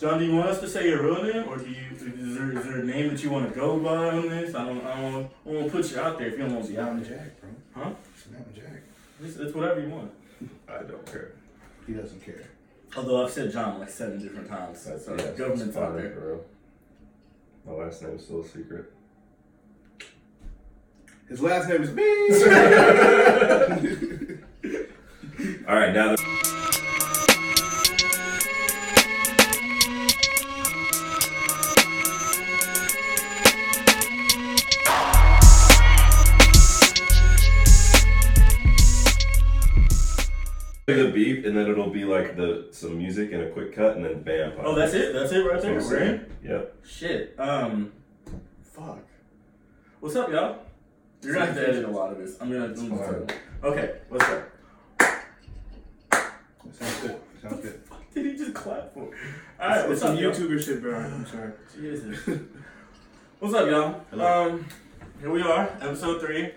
John, do you want us to say your real name, or do you is there, is there a name that you want to go by on this? I don't I don't, I don't want to put you out there if you don't want to be out Snap and there. Jack, bro. Huh? Snap and Jack. It's, it's whatever you want. I don't care. He doesn't care. Although I've said John like seven different times, so That's so yeah, government's that's out fine, there. bro. My last name's still a secret. His last name is me. All right, now. The- The beep, and then it'll be like the some music and a quick cut, and then bam. Oh, that's it. That's it right That's what there. I'm We're in. saying. Yep. Shit. Um, Fuck. what's up, y'all? You're gonna have to edit a lot of this. I'm gonna. I'm just fine. okay, what's up? Sounds good. Sounds good. Fuck did he just clap for? All right, what's it's some up, y'all? YouTuber shit, bro. I'm sorry. Jesus. What's up, y'all? Hello. Um, here we are, episode three.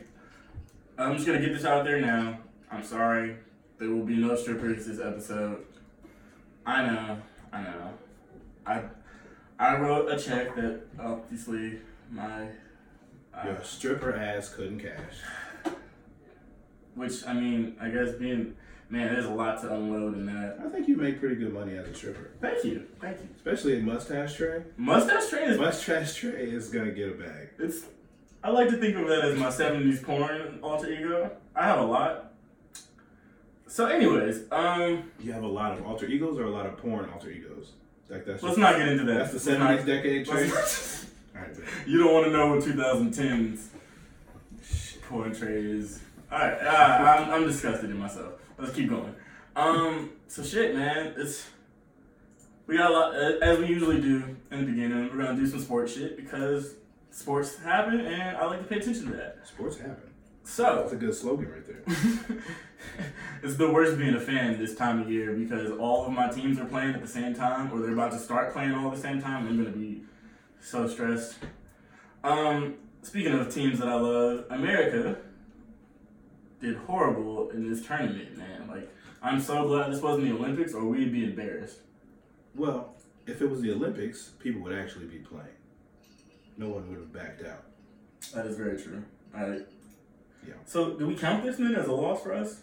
I'm just gonna get this out there now. I'm sorry, there will be no strippers this episode. I know, I know. I I wrote a check that obviously my I- Your stripper ass couldn't cash. which I mean I guess being man, there's a lot to unload in that. I think you make pretty good money as a stripper, Thank you, thank you. especially in mustache tray. Mustache train is Mustache tray is gonna get a bag. It's. I like to think of that as my '70s porn alter ego. I have a lot. So, anyways, um, You have a lot of alter egos or a lot of porn alter egos. Like that's let's just- not get into that. That's the Let's seventies decade not- tray. let's- Alright, bet. you don't want to know what 2010s porn trade is. All right, uh, I'm, I'm disgusted in myself. Let's keep going. Um, so shit, man, it's we got a lot uh, as we usually do in the beginning. We're gonna do some sports shit because sports happen, and I like to pay attention to that. Sports happen. So. That's a good slogan right there. it's the worst being a fan this time of year because all of my teams are playing at the same time or they're about to start playing all at the same time. I'm gonna be so stressed. Um, speaking of teams that I love, America did horrible in this tournament, man. Like I'm so glad this wasn't the Olympics or we'd be embarrassed. Well, if it was the Olympics, people would actually be playing. No one would have backed out. That is very true. All right. Yeah. So do we count this then as a loss for us?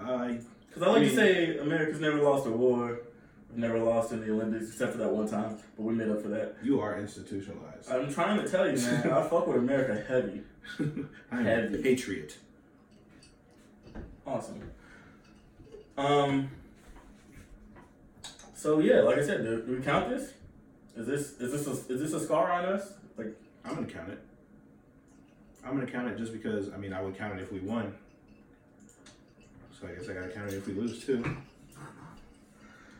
I Because I like to Mm. say America's never lost a war. We've never lost in the Olympics except for that one time, but we made up for that. you are institutionalized. I'm trying to tell you, man. I fuck with America heavy. I'm a Heavy. patriot. Awesome. Um. So yeah, like I said, do, do we count this? Is this is this a, is this a scar on us? Like I'm gonna count it. I'm gonna count it just because I mean I would count it if we won. So I guess I gotta count it if we lose too.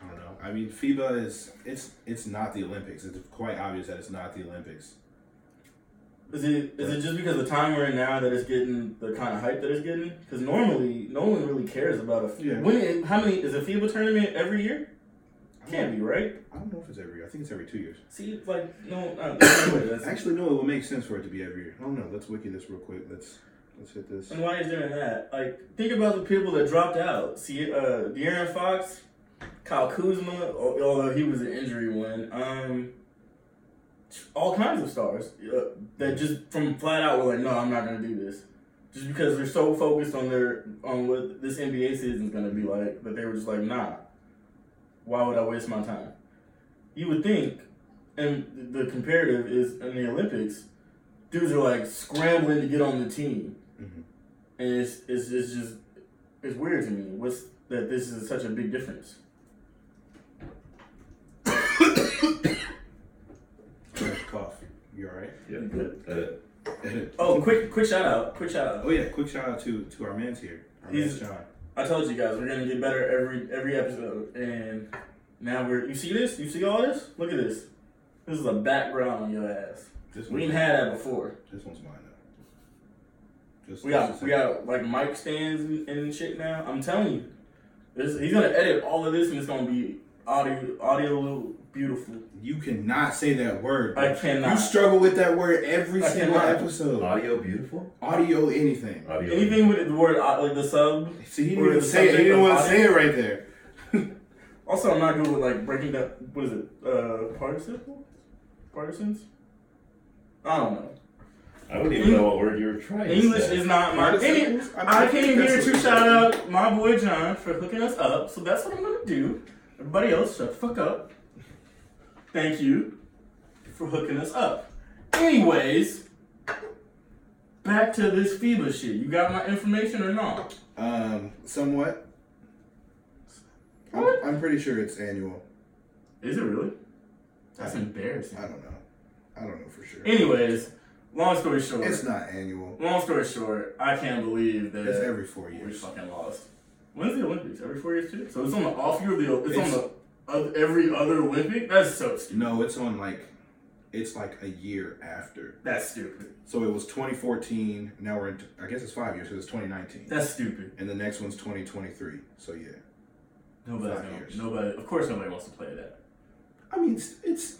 I don't know. I mean FIBA is it's it's not the Olympics. It's quite obvious that it's not the Olympics. is it is it just because the time we're in now that it's getting the kind of hype that it's getting? Because normally no one really cares about a Yeah. when it, how many is a FIBA tournament every year? I Can't don't, be right. I don't know if it's every year. I think it's every two years. See, it's like no, uh, no way, that's- Actually no, it would make sense for it to be every year. I don't know. Let's wiki this real quick. Let's let's hit this. And why is doing that? Like, think about the people that dropped out. See, uh, De'Aaron Fox, Kyle Kuzma, al- although he was an injury one. Um, all kinds of stars uh, that just from flat out were like, no, I'm not gonna do this, just because they're so focused on their on what this NBA season's gonna be like that they were just like, nah, why would I waste my time? You would think, and the comparative is in the Olympics, dudes are like scrambling to get on the team Mhm. and it's it's, it's just it's weird to me. What's that? This is such a big difference. Cough. You alright? Yeah. Good. Edit. Oh, quick quick shout out! Quick shout out! Oh yeah, quick shout out to to our man's here. Our He's- man's John. I told you guys we're gonna get better every every episode, and now we're you see this? You see all this? Look at this. This is a background on your ass. This We one's- ain't had that before. This one's mine though. Just, We just got a we got like mic stands and, and shit now. I'm telling you, this, he's gonna edit all of this and it's gonna be audio audio beautiful. second. You cannot say that word. I You cannot struggle with that word every I single cannot. episode. Audio beautiful. Audio anything. Audio. anything with the word uh, like the sub. See, he Or didn't even the say it. He subject didn't of want to audio. say it right there. Also, I'm not good with like breaking that. What is it? Uh, participle? Partisans? I don't know. I don't even know what word you were trying. to English say. is not my. Any, Participles? I mean, I think came that's here what to you shout said. out my boy John for hooking us up, so that's what I'm gonna do. Everybody else, shut the fuck up. Thank you for hooking us up. Anyways, back to this FIBA shit. You got my information or not? Um, somewhat. I'm, What? I'm pretty sure it's annual. Is it really? That's embarrassing. I don't know. I don't know for sure. Anyways, long story short, It's not annual. long story short, I can't believe that It's every four we years. fucking lost. When's the Olympics? Every four years too. So it's on the off year. Of the, it's, It's- on the of every other Olympic. That's so stupid. No, it's on like, it's like a year after. That's stupid. So it was 2014. Now we're in. I guess it's five years. So it's 2019. That's stupid. And the next one's 2023. So yeah. Nobody's Five gonna, years. nobody. Of course, nobody wants to play that. I mean, it's, it's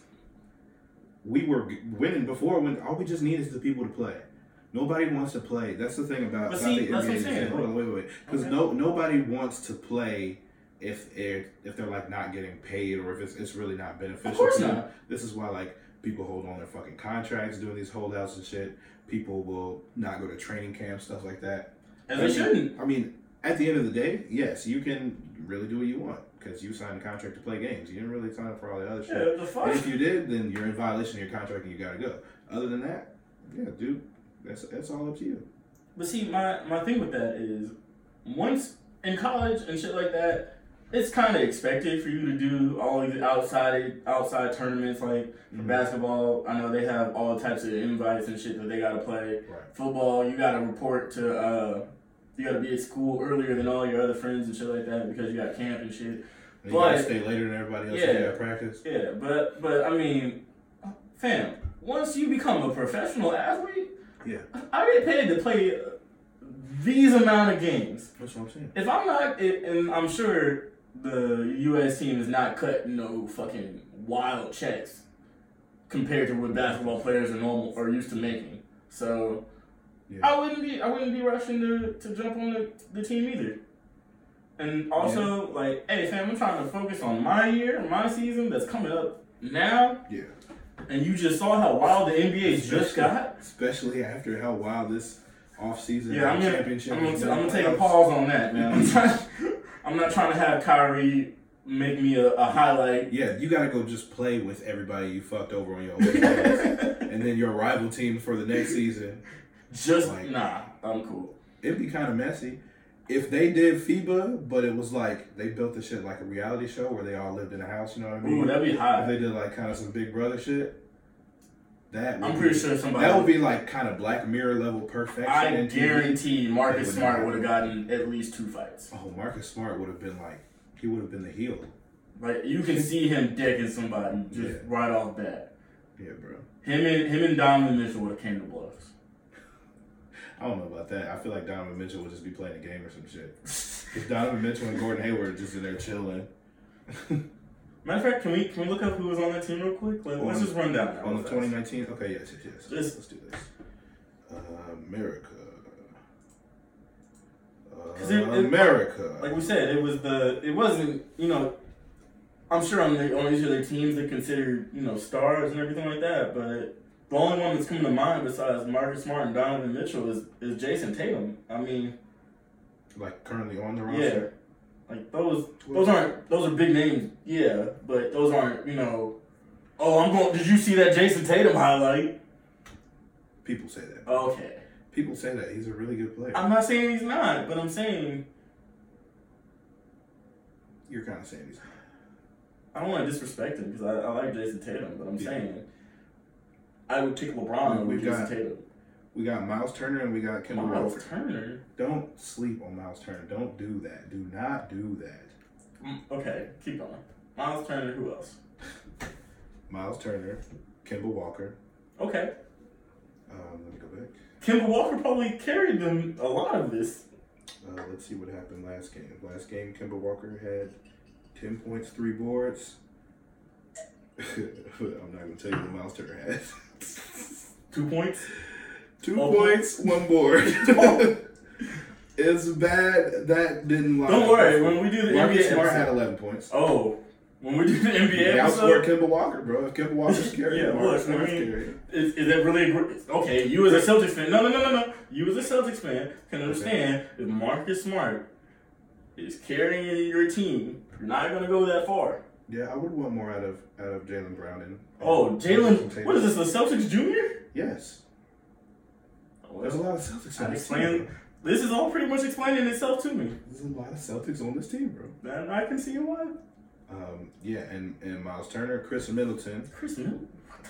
we were g- winning before when all we just need is the people to play. Nobody wants to play. That's the thing about, But about see, the that's what I'm NBA. saying. Hold on, wait, wait, wait. Because Okay. no, nobody wants to play if they're if they're like not getting paid or if it's it's really not beneficial. Of course to them. not. This is why like people hold on their fucking contracts doing these holdouts and shit. People will not go to training camp stuff like that. And I they mean- shouldn't. I mean, at the end of the day, yes, you can really do what you want because you signed a contract to play games. You didn't really sign up for all the other shit. Yeah, the fuck. And if you did, then you're in violation of your contract and you gotta go. Other than that, yeah, dude, that's that's all up to you. But see, my my thing with that is, once in college and shit like that, it's kind of expected for you to do all these outside outside tournaments like for basketball. I know they have all types of invites and shit that they gotta play. Right. Football, you gotta report to. uh you gotta be at school earlier than all your other friends and shit like that because you got camp and shit. And you gotta But- stay later than everybody else. Yeah. Yeah. You gotta practice. Yeah, but but I mean, fam, once you become a professional athlete, Yeah. I get paid to play these amount of games. That's what I'm saying. If I'm not, it, and I'm sure the U.S. team is not cutting no fucking wild checks compared to what basketball players are normal are used to making. So Yeah. I wouldn't be I wouldn't be rushing to, to jump on the, the team either. And also like, hey fam, I'm trying to focus on my year, my season that's coming up now. Yeah. And you just saw how wild the NBA just got. Especially after how wild this offseason Yeah, I'm gonna, championship I'm, gonna is t- I'm gonna take a playoffs. pause on that, man. I'm, trying, I'm not trying to have Kyrie make me a, a highlight. Yeah, you gotta go just play with everybody you fucked over on your own games. and then your rival team for the next season. Just Like- nah, I'm cool. It'd be kind of messy if they did FIBA, but it was like they built the shit like a reality show where they all lived in a house. You know what I mean? Ooh, that'd be if high. they did like kind of some Big Brother shit, that would I'm be, pretty sure somebody. that would be like kind of Black Mirror level perfection. I in TV. guarantee They Marcus would Smart not. would have gotten at least two fights. Oh, Marcus Smart would have been like he would have been the heel. Like you can see him decking somebody just Yeah. right off bat. Yeah, bro. Him and him and Donovan Mitchell would have came to blows. I don't know about that. I feel like Donovan Mitchell would just be playing a game or some shit. If Donovan Mitchell and Gordon Hayward are just in there chilling Matter of fact, can we can we look up who was on that team real quick? Like, let's On- just run down that real on the fast. 2019. Okay, yes, yes, yes. This- Let's do this. Uh, America. it- it- Uh, America. Like we said, it was the it wasn't you know. I'm sure on the on each of their teams they consider you know stars and everything like that, but the only one that's coming to mind besides Marcus Smart and Donovan Mitchell is is Jason Tatum. I mean, like currently on the yeah, roster. like those Those aren't those are big names, yeah, but those aren't you know. Oh, I'm going. Did you see that Jason Tatum highlight? People say that. Okay, People say that he's a really good player. I'm not saying he's not, but I'm saying You're kind of saying he's. I don't want to disrespect him because I, I like Jason Tatum, but I'm Yeah. saying I would take LeBron We- over we've Jason got Tatum. We got Miles Turner and we got Kendall Miles Walker. Turner. Don't sleep on Miles Turner. Don't do that. Do not do that. Mm, Okay, keep going. Miles Turner. Who else? Miles Turner, Kimball Walker. Okay, Um, let me go back. Kimball Walker probably carried them a lot of this. Uh, let's see what happened last game. Last game, Kimball Walker had ten points, three boards. I'm not gonna tell you what Miles Turner had. Two points. Two Oh. points, one board. It's bad. That didn't line Don't up. worry, when we do the Marcus NBA Smart episode- had 11 points. Oh, when we do the NBA They outscored episode, Kemba Walker, bro. If Kemba Walker's scary, Yeah, yeah, Marcus look, I Smart's mean- scary. is, is that really a gr- okay? You as a Celtics fan, no, no, no, no, no. You as a Celtics fan can understand if Marcus Smart is carrying your team, you're not gonna go that far. Yeah, I would want more out of out of Jalen Brown and Oh, and Jason Jalen, Tatum. what is this? The Celtics junior? Yes, Oh, that's- there's a lot of Celtics I'd on this explain- team. bro. This is all pretty much explaining itself to me. There's a lot of Celtics on this team, bro. And I can see why. Um, yeah, and and Miles Turner, Chris Middleton, Chris Middleton.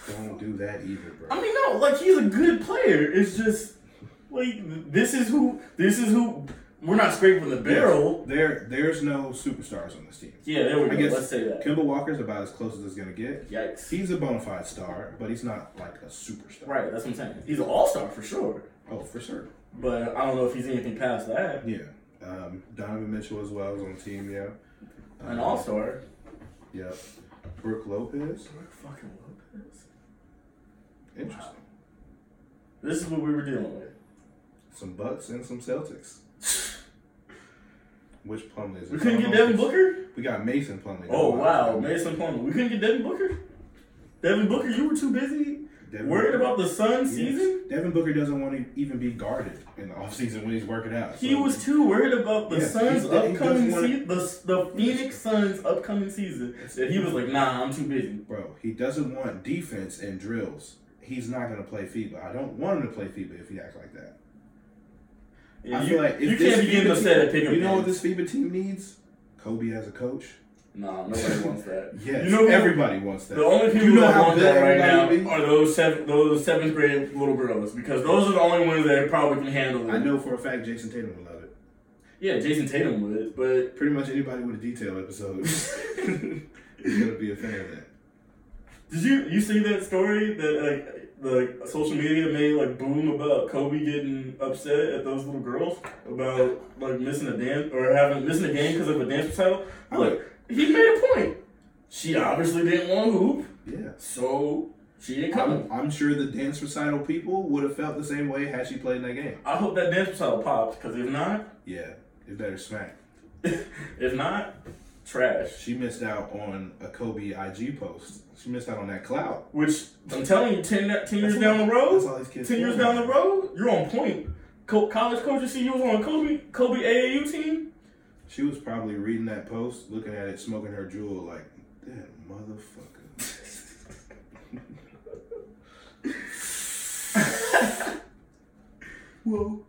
don't do that either, bro. I mean, no, like he's a good player. It's just like this is who this is who we're not scraping the barrel. There, there's no superstars on this team. Yeah, there we I go. guess- Let's say that. Kimball Walker's about as close as it's gonna get. Yikes. He's a bona fide star, but he's not like a superstar. Right, that's what I'm saying. He's an all star for sure, Oh, for sure. but I don't know if he's anything past that. Yeah. Um, Donovan Mitchell as well is on the team. Yeah. Um, An all star. Yep. Brooke Lopez. Fucking Lopez. Interesting. This is what we were dealing with. Some Bucks and some Celtics. Which Plumlee is? We it? couldn't get Devin Booker. We got Mason Plumlee. Oh wow, Mason Plumlee. We couldn't get Devin Booker. Devin Booker, you were too busy Devin worried Booker- about the Sun Yes. season. Devin Booker doesn't want to even be guarded in the offseason when he's working out. He so- was too worried about the Yeah, Suns' he- he upcoming doesn't wanna- season, the, the Phoenix Suns' upcoming season. That he was like, "Nah, I'm too busy." Bro, he doesn't want defense and drills. He's not going to play FIBA. I don't want him to play FIBA if he acts like that. And I you feel like if you this can't be FIBA getting upset at team, picking. You know what this FIBA team needs? Kobe as a coach. Nah, nobody wants that. Yes, You know who- everybody wants that. The only people you know that how want good that right now everybody are those seven, those seventh grade little girls because those are the only ones that probably can handle it. I know for a fact Jason Tatum would love it. Yeah, Jason Tatum would, but Pretty much anybody with a detail episode is going to be a fan of that. did you you see that story that like the social media made like boom about Kobe getting upset at those little girls about like missing a dance or having missing a game because of a dance recital? Look, he made a point. She obviously didn't want to hoop, Yeah. so she didn't come. I'm, I'm sure the dance recital people would have felt the same way had she played in that game. I hope that dance recital popped because if not, Yeah, it better smack. if not, trash. She missed out on a Kobe IG post. She missed out on that clout. Which I'm telling you, 10, na- 10 years That's down the all- that's road, all these kids. ten years down want. the road, you're on point. Co- college coaches see you was on Kobe Kobe AAU team. She was probably reading that post, looking at it, smoking her jewel, like that motherfucker. Whoa.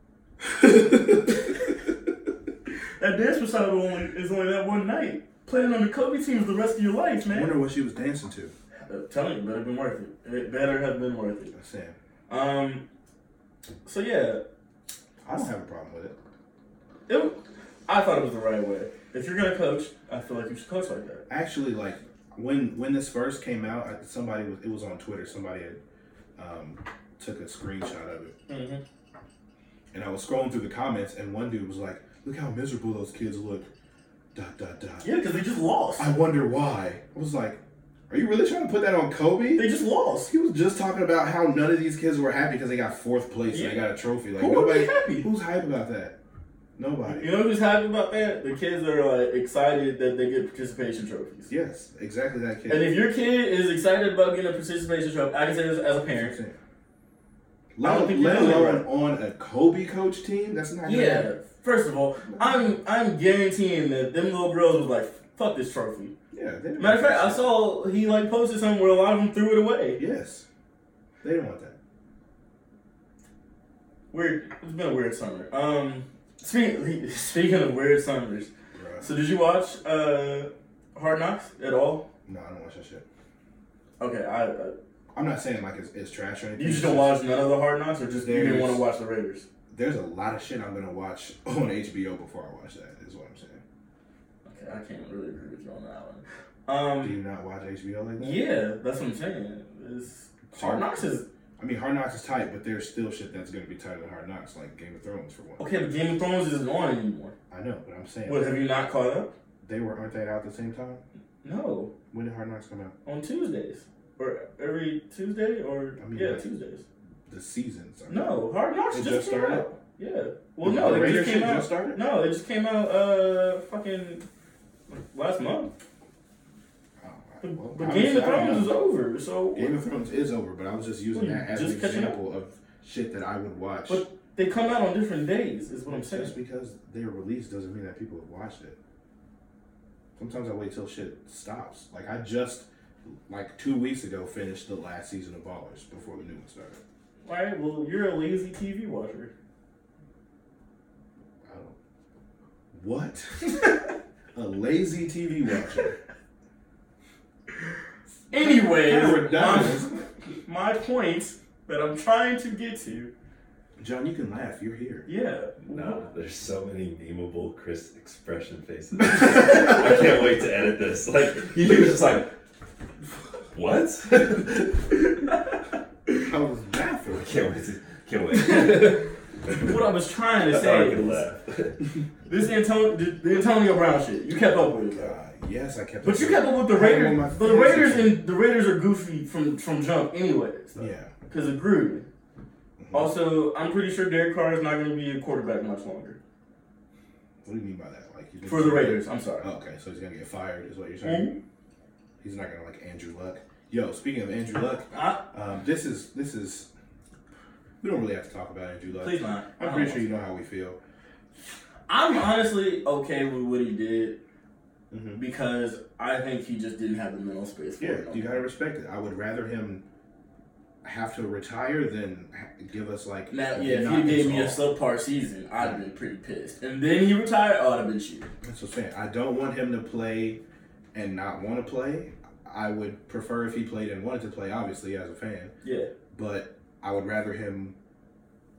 That dance recital only is only that one night. Playing on the Kobe team is the rest of your life, I man. wonder what she was dancing to. I'm telling you, it better have been worth it. It better have been worth it. Sam, Um. So yeah, I don't have a problem with it. it, I thought it was the right way. If you're gonna coach, I feel like you should coach like that. Actually, like when when this first came out, I- somebody was it was on Twitter. Somebody had um, took a screenshot of it, Mm-hmm. and I was scrolling through the comments, and one dude was like, "Look how miserable those kids look." Dot dot dot. Yeah, because they just lost. I wonder why. I was like, are you really trying to put that on Kobe? They just lost. He was just talking about how none of these kids were happy because they got fourth place and they got a trophy. Like Who would nobody, be happy? who's hype about that? Nobody. You know who's happy about that? The kids that are like excited that they get participation trophies. Yes, exactly that kid. And if your kid is excited about getting a participation trophy, I can say this as a parent. I don't let, think you're let doing it alone on a Kobe coach team, that's not. gonna Yeah. happen. First of all, I'm I'm guaranteeing that them little girls was like, "Fuck this trophy." yeah. they didn't Matter of want fact, I that. saw he like posted something where a lot of them threw it away. Yes, they didn't want that. Weird. It's been a weird summer. Um, speaking speaking of weird summers, Bruh. so did you watch uh Hard Knocks at all? No, I don't watch that shit. Okay, I, I I'm not saying like it's, it's trash or anything. you just don't watch none of the Hard Knocks, or just you didn't want to watch the Raiders. There's a lot of shit I'm gonna watch on HBO before I watch that. Is what I'm saying. Okay, I can't really agree with you on that one. Do Um, you not watch HBO like that? yeah, that's what I'm saying. It's, Hard Knocks is I mean, Hard Knocks is tight, but there's still shit that's going to be tighter than Hard Knocks, like Game of Thrones for one. okay, but Game of Thrones isn't on anymore. I know, but I'm saying What have you not caught up? they were aren't they out at the same time? No, When did Hard Knocks come out? on Tuesdays or every Tuesday or I mean, yeah like- Tuesdays. The seasons. I mean, No, Hard Knocks It just just came started? out. Yeah. Well, The no, they Raider just came shit out. just started? No, they just came out. Uh, fucking last month. Oh, The, well, the I Game was- of I don't Thrones is know. over. So Game of Thrones is over, but I was just using Well, that as just an catching up. example of shit that I would watch. But they come out on different days. Is what I'm saying. Just because they're released doesn't mean that people have watched it. Sometimes I wait till shit stops. Like I just, like two weeks ago, finished the last season of Ballers before the new one started. All right. Well, you're a lazy TV watcher. I don't. What? A lazy TV watcher. Anyway, Yeah, we're my, done. my point that I'm trying to get to. John, you can laugh. You're here. Yeah. No, there's so many memeable Chris expression faces. I can't wait to edit this. Like he was just like, what? I I was laughing. can't wait. To, can't wait. What I was trying I to thought say I could is laugh. this Antonio, the Antonio Brown shit. You kept up with it. Uh, yes, I kept. But you kept up with the I had it on Raiders. my The Raiders fantasy. and the Raiders are goofy from from jump, anyways. Yeah. Mm-hmm. Because of Gruden. Also, I'm pretty sure Derek Carr is not going to be a quarterback much longer What do you mean by that? Like you think- for the Mm-hmm. Raiders. I'm sorry. Oh, okay, so he's gonna get fired, is what you're saying. He's not gonna like Andrew Luck. Yo, speaking of Andrew Luck, I, um, this is this is. We don't really have to talk about Andrew Luck. please not. I I'm don't pretty want sure you know how we feel. to. I'm honestly okay with what he did Mm-hmm. because I think he just didn't have the mental space for Yeah, it. you gotta respect it. I would rather him have to retire than ha- give us like. Now, a yeah, if he knock gave us me a off. subpar season, I'd have been pretty pissed. And then he retired, oh, I'd have been cheated. That's what I'm saying. I don't want him to play and not want to play. I would prefer if he played and wanted to play, obviously, as a fan. Yeah. But I would rather him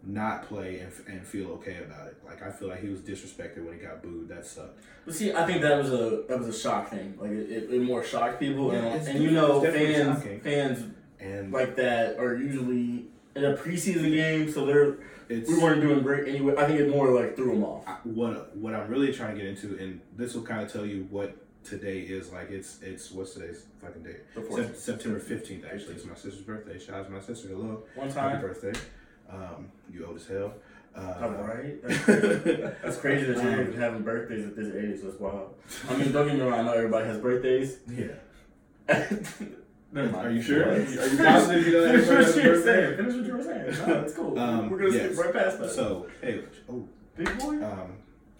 not play and, and feel okay about it. Like I feel like he was disrespected when he got booed. That sucked. But see, I think that was a that was a shock thing. Like it, it, it more shocked people, Yeah, and, it's and you definitely- know, it's definitely fans shocking. fans And like that are usually in a preseason game, so they're it's Ah, we weren't doing great anyway. I think it more like threw them off. I- what what I'm really trying to get into, and this will kind of tell you what today is like. It's it's what's today's fucking day? The Sep- fourth September fifteenth. Actually, it's my sister's birthday. Shout out to my sister. Hello, one happy time, birthday. Um, you old as hell. I'm Uh, right. That's crazy. That's crazy that you're even having birthdays at this age. That's wild. I mean, don't get me wrong. I know everybody has birthdays. yeah. Never mind. Are you sure? Are you- are you positive you know Finish everybody what has a you were birthday? saying. Finish what you were saying. No, that's cool. Um, we're gonna yes. skip right past that. So hey, oh, Big boy. um,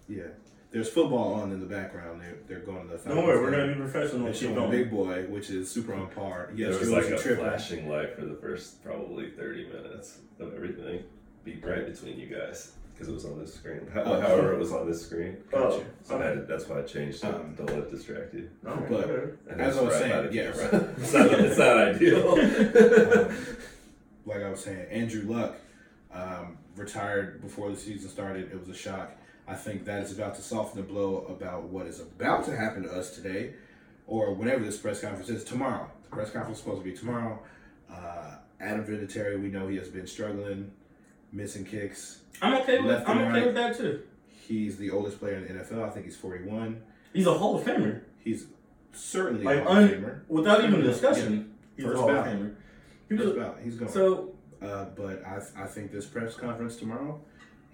yeah. There's football on in the background. They're they're going to the. Don't worry, we're Falcons game. gonna be professional. They're and Keep uh, showing going. Big Boy, which is super on par. Yes, there was it like a trip. flashing light for the first probably 30 minutes of everything beat right between you guys because it was on this screen. How- Oh. However, it was on this screen. Oh, So I had- that's why I changed it. Um, Don't let it distract you. no, But- okay. And As that's I was right saying, by the yes. camera. it's, not, it's not ideal. Um, like I was saying, Andrew Luck um, retired before the season started. It was a shock. I think that is about to soften the blow about what is about to happen to us today, or whenever this press conference is tomorrow. The press conference is supposed to be tomorrow. Uh, Adam Vinatieri, we know he has been struggling, missing kicks. I'm okay with Left I'm and okay right. with that too. He's the oldest player in the NFL. I think he's 41. He's a Hall of Famer He's certainly Like, a Hall of un- Famer. without even discussion. He's First a Hall ballot. of Famer. He First was, ballot. He's going. so Uh, but I, I think this press conference tomorrow,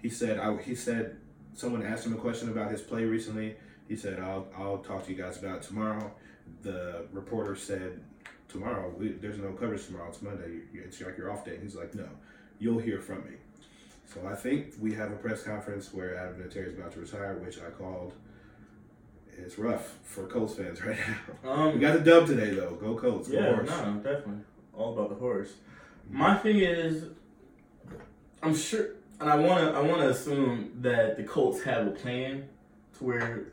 he said I, he said someone asked him a question about his play recently. He said I'll I'll talk to you guys about it tomorrow. The reporter said tomorrow we, there's no coverage tomorrow. It's Monday. You- you- It's like your off day. He's like no, you'll hear from me. So I think we have a press conference where Adam Vinatieri is about to retire, which I called. It's rough for Colts fans right now. We um got the dub today though. Go Colts. Go yeah, Horse. no, definitely. All about the horse. My thing is I'm sure and I wanna I wanna assume that the Colts have a plan to where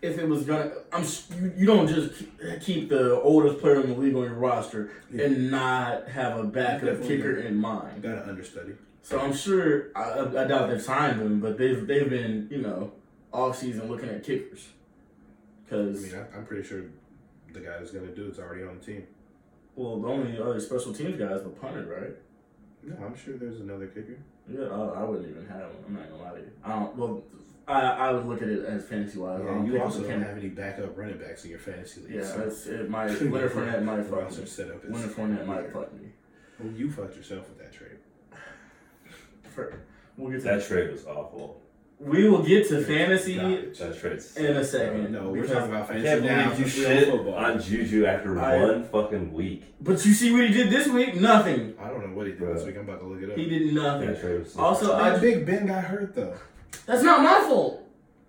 if it was gonna, I'm s- you, you don't just ke- keep the oldest player in the league on your roster Yeah. and not have a backup Definitely. kicker in mind. Got an understudy. So I'm sure I, I doubt they've signed him, but they've they've been you know off season looking at kickers I because mean, I, I'm pretty sure the guy that's gonna do it's already on the team. well the only other special teams guys were punted right. No, I'm sure there's another kicker. Yeah, I, I wouldn't even have him. I'm not gonna lie to you. I don't. Well, I I would look at it as fantasy wise. Uh, I Yeah, don't you pick also up don't Cam- have any backup running backs in your fantasy league. Yeah, so- that's it. My Leonard Fournette might The fuck roster me. setup is Leonard Fournette might fuck me. Well, you fucked yourself with that trade. For, We'll get to That trade was awful. We will get to fantasy God. That trade's. in a second. No, we're because- talking about I fantasy can't now. believe you Real shit football. on Juju after I- one fucking week. But you see what he did this week? Nothing. I don't know what he did this Bruh. week. I'm about to look it up. He did That nothing. trade was. Also, Man, I, Big Ben got hurt though. that's not my fault.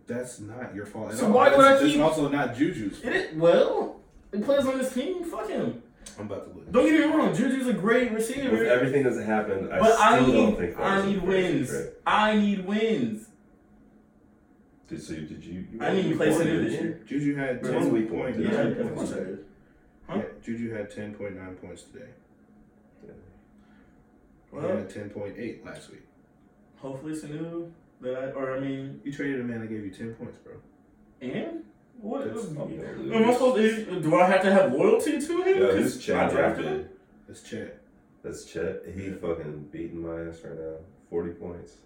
That's not your fault. At So all. why would That's- I that's keep- also not Juju's. It is, well, he plays on this team. Fuck him. I'm about to look. Don't get me wrong. Juju's a great with receiver. everything that's happened, I But still I don't think need, that I was a need crazy wins. trade. I need wins. Did, so you- did you? you I didn't even you play won, City didn't this you? year. Juju had Bro, ten it's week point one, nine dude. Yeah, I definitely points. should. Huh? Yeah, Juju had ten point nine points today. He Well, had ten point eight last week. hopefully Sanu that I or I mean You traded a man that gave you ten points, bro. and what That's- am You don't I lose. supposed to do I have to have loyalty to him? Yo, 'Cause this Chad I drafted him. That's Chet. That's Chet. He fucking beating my ass right now. Forty points.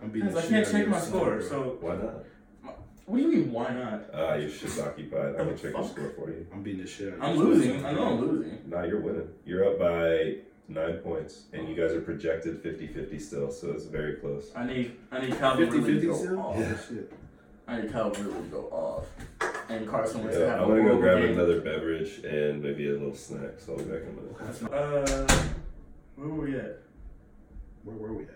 I'm beating. Because the I can't shit out of check your my son, score, bro. so Why not? what do you mean why not? Ah, your shit's occupied. I can check your Fuck. score for you. I'm beating the shit. out of I'm your son. losing. I know I'm losing. Nah, you're winning. You're up by nine points, and you guys are projected 50-50 still, so it's very close. I need I need Calvin really 50-50 to go still? off. Oh, shit. I need Calvin really to go off. And Carson Wentz to Yeah, have I'm a gonna go horrible grab game. another beverage and maybe a little snack. So I'll be back in a minute. Uh where were we at? Where were we at?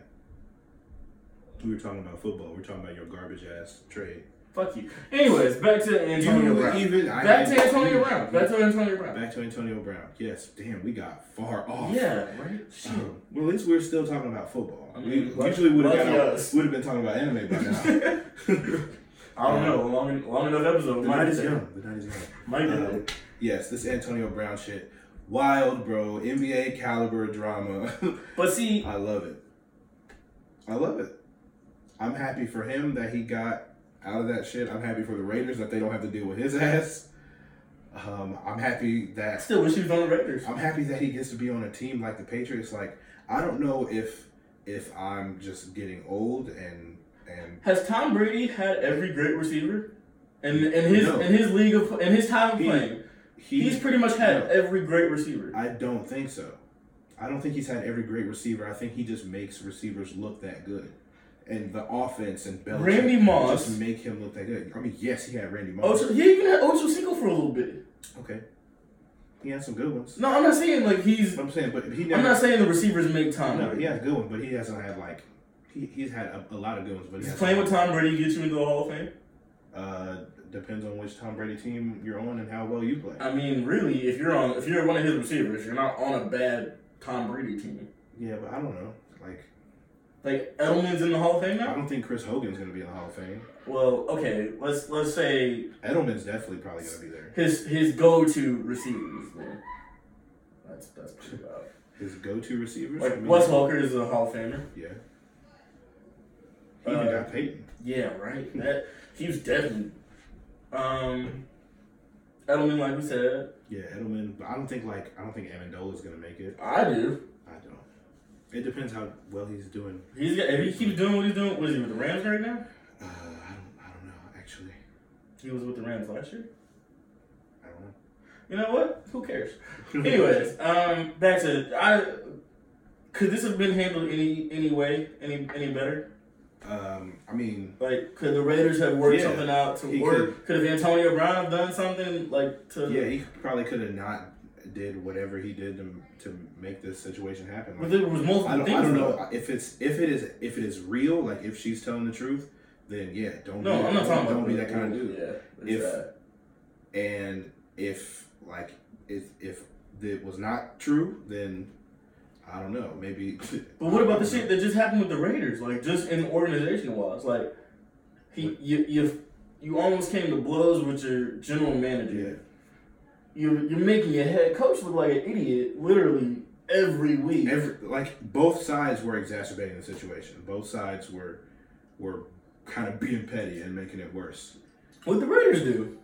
We were talking about football. We We're talking about your garbage ass trade. Fuck you. Anyways, back to Antonio You Brown. even- I- Back I- to Antonio Brown. Back to Antonio Brown. Back to Antonio Brown. Yes. Damn, we got far off. Yeah, right? Shit. Um, well, at least we're still talking about football. I we mean, lucky- usually would have lucky us. would have been talking about anime by now. I don't know. Long, long enough episode. the Might night be is there. young. The night is young. Might be Um, there. yes, this Antonio Brown shit, wild, bro. NBA caliber drama. But see, I love it. I love it. I'm happy for him that he got out of that shit. I'm happy for the Raiders that they don't have to deal with his ass. Um, I'm happy I that still wish he was on the Raiders. I'm happy that he gets to be on a team like the Patriots. Like I don't know if if I'm just getting old and and Has Tom Brady had every great receiver? In, in his No. in his league of in his time of He- playing, he, he's pretty much had No. every great receiver. I don't think so. I don't think he's had every great receiver. I think he just makes receivers look that good. And the offense and Belichick Randy Moss. Oh, just make him look that good. I mean, yes, he had Randy Moss. Ocho, he even had Ocho Cinco for a little bit. Okay. He had some good ones. No, I'm not saying like he's. I'm saying, but he I'm never. not saying the receivers make Tom. no, Brady. he has a good one, but he hasn't had like. He, he's had a, a lot of good ones, but he Does hasn't playing with had- Tom Brady gets you into the Hall of Fame? Uh, depends on which Tom Brady team you're on and how well you play. I mean, really, if you're on, if you're one of his receivers, you're not on a bad Tom Brady team. Yeah, but I don't know. Like, Like Edelman's in the Hall of Fame I now. don't think Chris Hogan's gonna be in the Hall of Fame. Well, okay, let's let's say Edelman's definitely probably gonna be there. his his go to receivers. Then. That's that's pretty bad. His go-to receivers. I Like mean, Wes Walker is a Hall of Famer. Yeah. He even Uh, got Peyton. Yeah, right. That he was definitely. Um, Edelman, like we said, Yeah, Edelman. But I don't think like I don't think Amendola's gonna make it. I do. I don't. It depends how well he's doing. He's got, if he keeps doing what he's doing, what is he with the Rams right now? Uh, I don't. I don't know actually. He was with the Rams last year. I don't know. You know what? Who cares? Anyways, um, back to I. Could this have been handled any any way, any any better? um, I mean, Like, could the Raiders have worked Yeah, something out to, he or could. have Antonio Brown have done something like to? yeah, he probably could have not did whatever he did to, to make this situation happen. but Like, there was multiple I don't. things. I don't though. know if it's if it is if it is real. Like if she's telling the truth, then yeah, don't. No, be, I'm not talking Don't about be that kind of dude. Yeah, If- it's, uh, and if like if if it was not true, then I don't know. Maybe. But what about the shit that just happened with the Raiders? Like just in organization wise, like he you you you almost came to blows with your general manager. Yeah. You're you're making your head coach look like an idiot literally every week. Every like both sides were exacerbating the situation. Both sides were were kind of being petty and making it worse. what the Raiders do?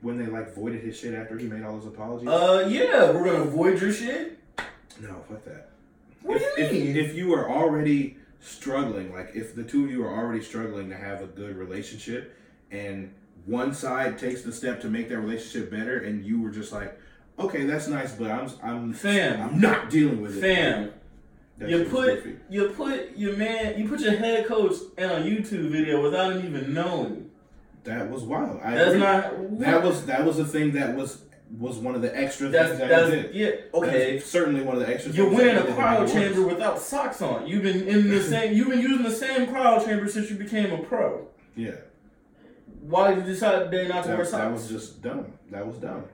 When they like voided his shit after he made all his apologies. Uh yeah, we're gonna void your shit. no, fuck that. What if, do you mean? If, if you are already struggling, like if the two of you are already struggling to have a good relationship, and one side takes the step to make that relationship better, and you were just like, okay, that's nice, but I'm I'm Fam. I'm not dealing with it. Fam, That You shit was put- goofy. You put your man, you put your head coach in a YouTube video without him even knowing. that was wild. I That's agree. not. that was that was the thing that was was one of the extra That's things that that's he did. yeah. That Okay. was certainly one of the extra. You're things that winning he a did cryo that made it worse. chamber without socks on. You've been in the same. You've been using the same cryo chamber since you became a pro. Yeah, Why did you decide today not to that, wear that socks? was just dumb. That was dumb.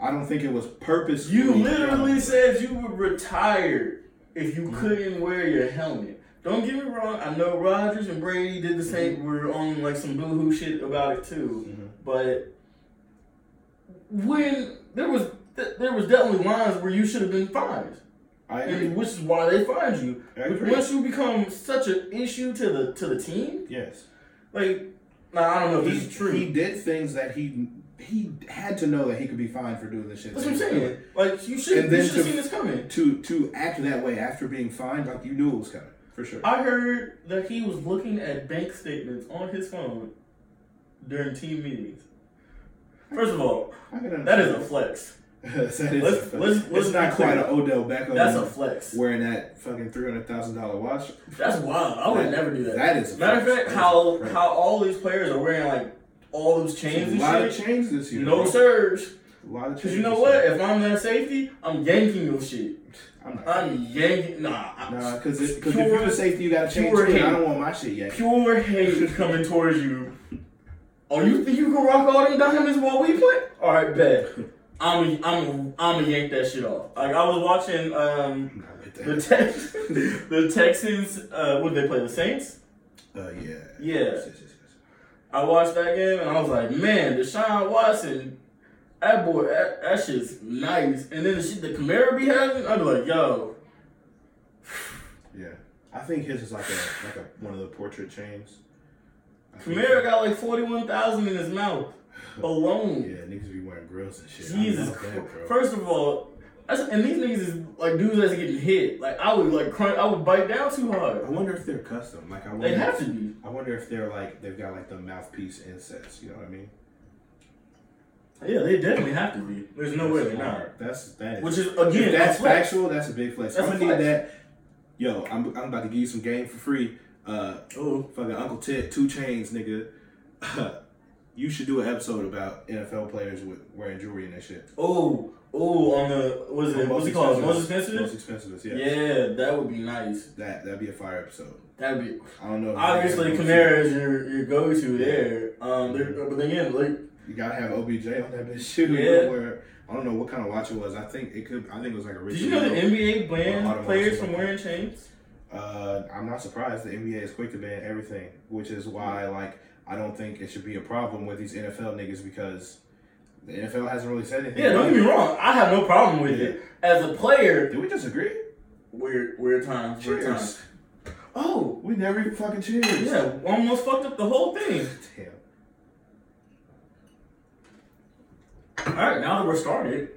I don't think it was purposeful. You literally said you would retire if Mm-hmm. you couldn't wear your helmet. Don't get me wrong. I know Rodgers and Brady did the same. Mm-hmm. We're on like some boohoo shit about it too. But when there was th- there was definitely lines where you should have been fined, I agree. and which is why they fined you. I But agree. once you become such an issue to the to the team, Yes. like nah, I don't know if he, this is true. he did things that he he had to know that he could be fined for doing this shit. That's what I'm saying. Like you should And you then should have to- seen this coming. To to act that way after being fined, like you knew it was coming for sure. I heard that he was looking at bank statements on his phone during team meetings. First of all, I can that is a understand. flex. that is Let's- a- let's- it's let's not be quite clear. an Odell Beckham. That's a flex. wearing that fucking three hundred thousand dollar watch. That's wild. I would That- never do that. That is a Matter of flex. fact, That is how crazy. how all these players are wearing like all those chains a and lot of shit. change this year. No bro. surge. a lot of change. Cause you know this what? year. If I'm that safety, I'm yanking your shit. I'm not. I'm yanking. Nah, I'm- Nah, because if pure, you're the safety, you gotta change. pure too, and I hate. don't want my shit yet. pure hate is coming towards you. Oh, you think you can rock all them diamonds while we play? All right, bet. I'm I'm I'm gonna yank that shit off. Like I was watching um I'm not with the that. Tex the Texans. Uh, what did they play? The Saints. Uh, yeah. Yeah. Yes, yes, yes, yes. I watched that game and I was like, man, Deshaun Watson, that boy, that, that shit's nice. And then the shit the Camaro be having, I'd be like, yo, Yeah, I think his is like a like a one of the portrait chains. I think- Camaro got like forty one thousand in his mouth alone. Yeah, niggas be wearing grills and shit. I Jesus love that, Christ. bro. First of all, that's, and these niggas is like dudes that's getting hit. Like I would like crunch, I would bite down too I hard. wonder if they're custom. Like I wonder, They have to be. I wonder if they're like they've got like the mouthpiece insets. You know what I mean? Yeah, they definitely have to be. There's no way they're not. hard. That's that is. Which is if again, that's that's fact. factual. That's a big flex. That's I'm a gonna need flex. that. Yo, I'm, I'm about to give you some game for free. Uh, Oh, fucking Uncle Ted, two chains, nigga. you should do an episode about NFL players with wearing jewelry and that shit. oh, oh! On the what is it? What's it called? Most Most expensive? expensive. Yeah. Yeah, that would be nice. That that'd be a fire episode. That'd be I don't know. if- obviously Kamara is your, your go to there. Um, there- but then again, like You gotta have OBJ on that bitch shoe. Yeah. Where I don't know what kind of watch it was. I think it could. I think it was like a. did you know the Richard NBA Automobile. banned players from wearing chains? Uh, I'm not surprised the NBA is quick to ban everything, which is why like I don't think it should be a problem with these NFL niggas because the NFL hasn't really said anything. Yeah, don't about get it. me wrong. I have no problem with it. As a player, Did we disagree? Weird, weird times. Weird times. Oh, We never even fucking cheers. yeah, almost fucked up the whole thing. Damn. All right, now that we're started,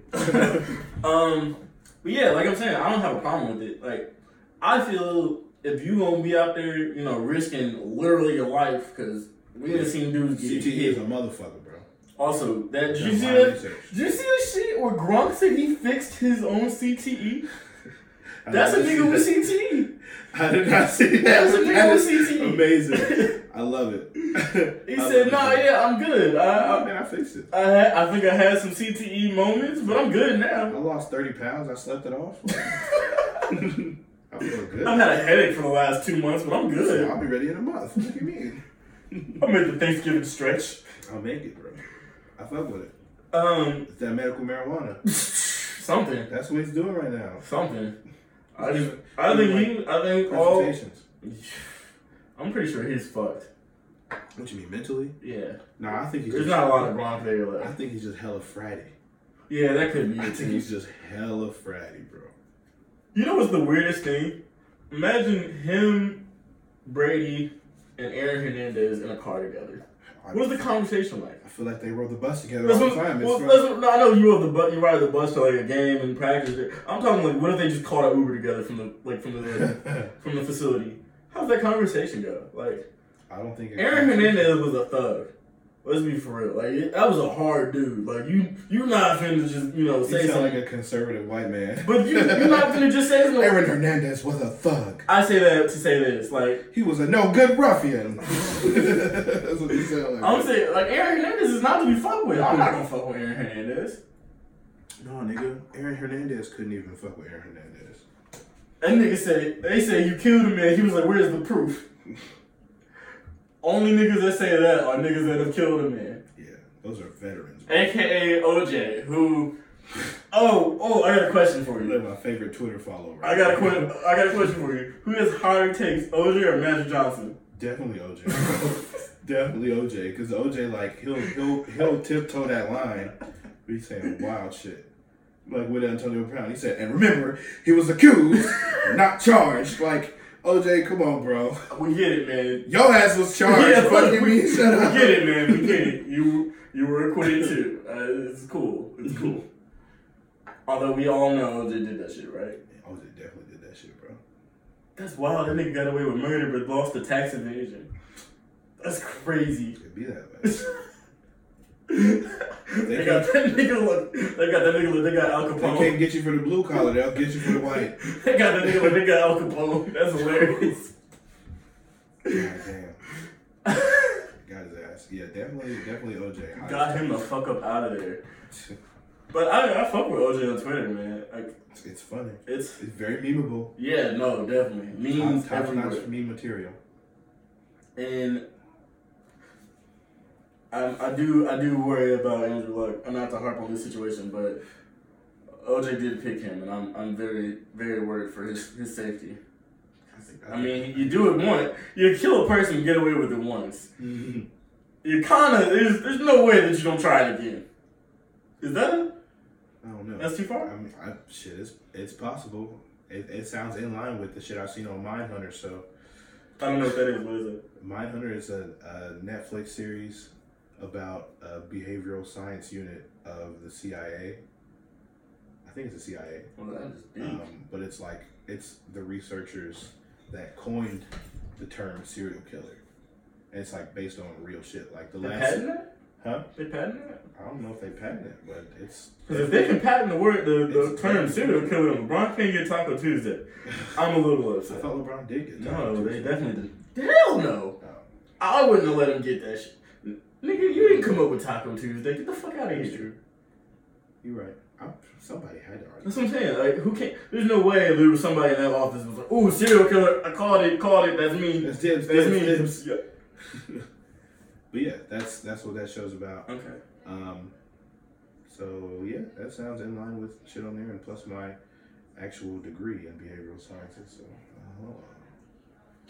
um, but yeah, like I'm saying, I don't have a problem with it. Like, I feel if you gonna be out there, you know, risking literally your life, because we didn't seen dudes get CTE E is a hit. motherfucker, bro. Also, that did you That's see my that? research. Did you see the shit where Gronk said he fixed his own CTE? That's a I did nigga with E. see CTE. that. I did not see that. That's a nigga That with is CTE. Amazing. I love it. He I said, love "Nah, it. yeah, I'm good. I, I, Oh man, I fixed it. I, had, I think I had some CTE moments, but I'm good I now. lost 30 pounds. I slept it off. I feel good. I've had a headache for the last two months, but I'm So good. I'll be ready in a month. What do you mean? I made the Thanksgiving stretch. I'll make it, bro. I fuck with it. Um, It's that medical marijuana. something, That's what it's doing right now. something. I just, I think he, I think all. Presentations. I'm pretty sure he's fucked. What you mean, mentally? Yeah, No, I think he's there's just, not a lot of Bron there I left. think he's just hella Friday. Yeah, that could be I it think too. he's just hella Friday, bro. You know what's the weirdest thing? Imagine him, Brady, and Aaron Hernandez in a car together. I, What's the conversation like? I feel like they rode the bus together That's all the what, time. It's well, from- that's what, no, I know you have the bu- you ride the bus to like a game and practice. It. I'm talking like, what if they just called an Uber together from the like from the from the facility? How's that conversation go? Like I don't think it- Aaron Hernandez was a thug. Let's be for real. Like it- that was a hard dude. Like you, you not finna just you know You say sound something. like a conservative white man. but you, you not finna just say something. Aaron Hernandez was a thug. I say that to say this. Like He was a no good ruffian. That's what you sound I'm like. saying, like Aaron Hernandez is not to be fucked with. I'm not gonna fuck with Aaron Hernandez. no, nigga. Aaron Hernandez couldn't even fuck with Aaron Hernandez. That nigga said they said you killed a man. He was like, "Where's the proof?" Only niggas that say that are niggas that have killed a man. Yeah, those are veterans. bro. AKA OJ, who Oh, oh, I got a question for They're you. my favorite Twitter follower. I got a question I got a question for you. Who has higher takes, OJ or Magic Johnson? Definitely OJ. Definitely OJ, because OJ like he'll he'll he'll tiptoe that line. But he's saying wild shit, like with Antonio Brown. He said, and remember, he was accused, not charged. Like OJ, come on, bro. We get it, man. Your ass was charged. Yeah, fucking we, me. Shut we up. get it, man. We get it. You you were acquitted too. Uh, it's cool. It's cool. Although we all know OJ did that shit, right? OJ definitely did that shit, bro. That's wild. That nigga got away with murder but lost to tax evasion. That's crazy. It'd be that bad. they got that nigga look. They got that nigga look. They got Al They Capone. can't get you for the blue collar. They'll get you for the white. they got the nigga with they got Al Capone. That's hilarious. God damn. Got his ass. Yeah, definitely, definitely OJ. got him the fuck up out of there. But I, I fuck with OJ on Twitter, man. Like It's funny. it's It's very memeable. yeah, no, definitely memes Top, top notch everywhere. meme material. And Um, I, I do I do worry about Andrew Luck. I'm not to harp on this situation, but OJ did pick him, and I'm I'm very very worried for his, his safety. I mean, you do it once, you kill a person, you get away with it once. Mhm. You kind of there's, there's no way that you don't try it again. Is that it? I don't know. That's too I far? mean, I, shit, it's, it's possible. It, it sounds in line with the shit I've seen on Mindhunter. So, I don't know what that is. What is it? Mindhunter is a, a Netflix series about a behavioral science unit of the CIA. I think it's the CIA. Well, that is big. Um, but it's like it's the researchers that coined the term serial killer. And it's like based on real shit. Like the they last, patent it? huh? They patent it? I don't know if they patented it, but it's Because if they can patent the word, the, the It's- term serial killer, and LeBron can't get Taco Tuesday, I'm a little I upset. thought LeBron did get No, they definitely did. Hell no! Oh. I wouldn't have let him get that shit. Nigga, you didn't come up with Taco Tuesday. Get the fuck out of here. You're right. I'm, somebody had to argue. That's what I'm saying. Like, who can't? There's no way there was somebody in that office was like, "Ooh, serial killer! I called it, called it. That's me. That's dibs. That's Dibs. me." dibs. Yeah. But yeah, that's that's what that show's about. Okay. Um, so yeah, that sounds in line with shit on there, and plus my actual degree in behavioral sciences. So. uh,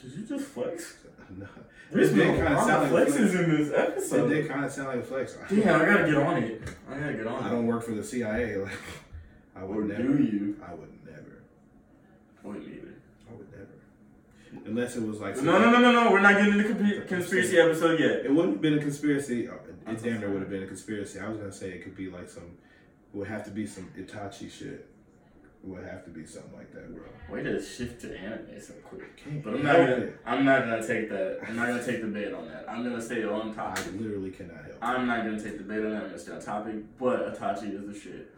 Did you just flex? no. There's It did no kinda kind sound of like a flexes in this It did episode. kind of sound like a flex. Damn, I gotta get on it. I gotta get I on it. don't work for the CIA. Like, I would Or never. do you? I would never. Wait, neither. I would never. Unless it was like No, no, no, no, no. We're not getting into comp- conspiracy episode yet. It wouldn't have been a conspiracy. Oh, It, That's it a damn near fact. would have been a conspiracy. I was gonna say it could be like some. It would have to be some Itachi shit. It would have to be something like that, bro. Way to shift to anime so quick. Can't But I'm not help gonna. it. I'm not gonna take that. I'm not gonna take the bait on that. I'm gonna stay on I topic. literally cannot help. I'm not gonna take the bait on that. I'm gonna stay on topic. But Itachi is the shit.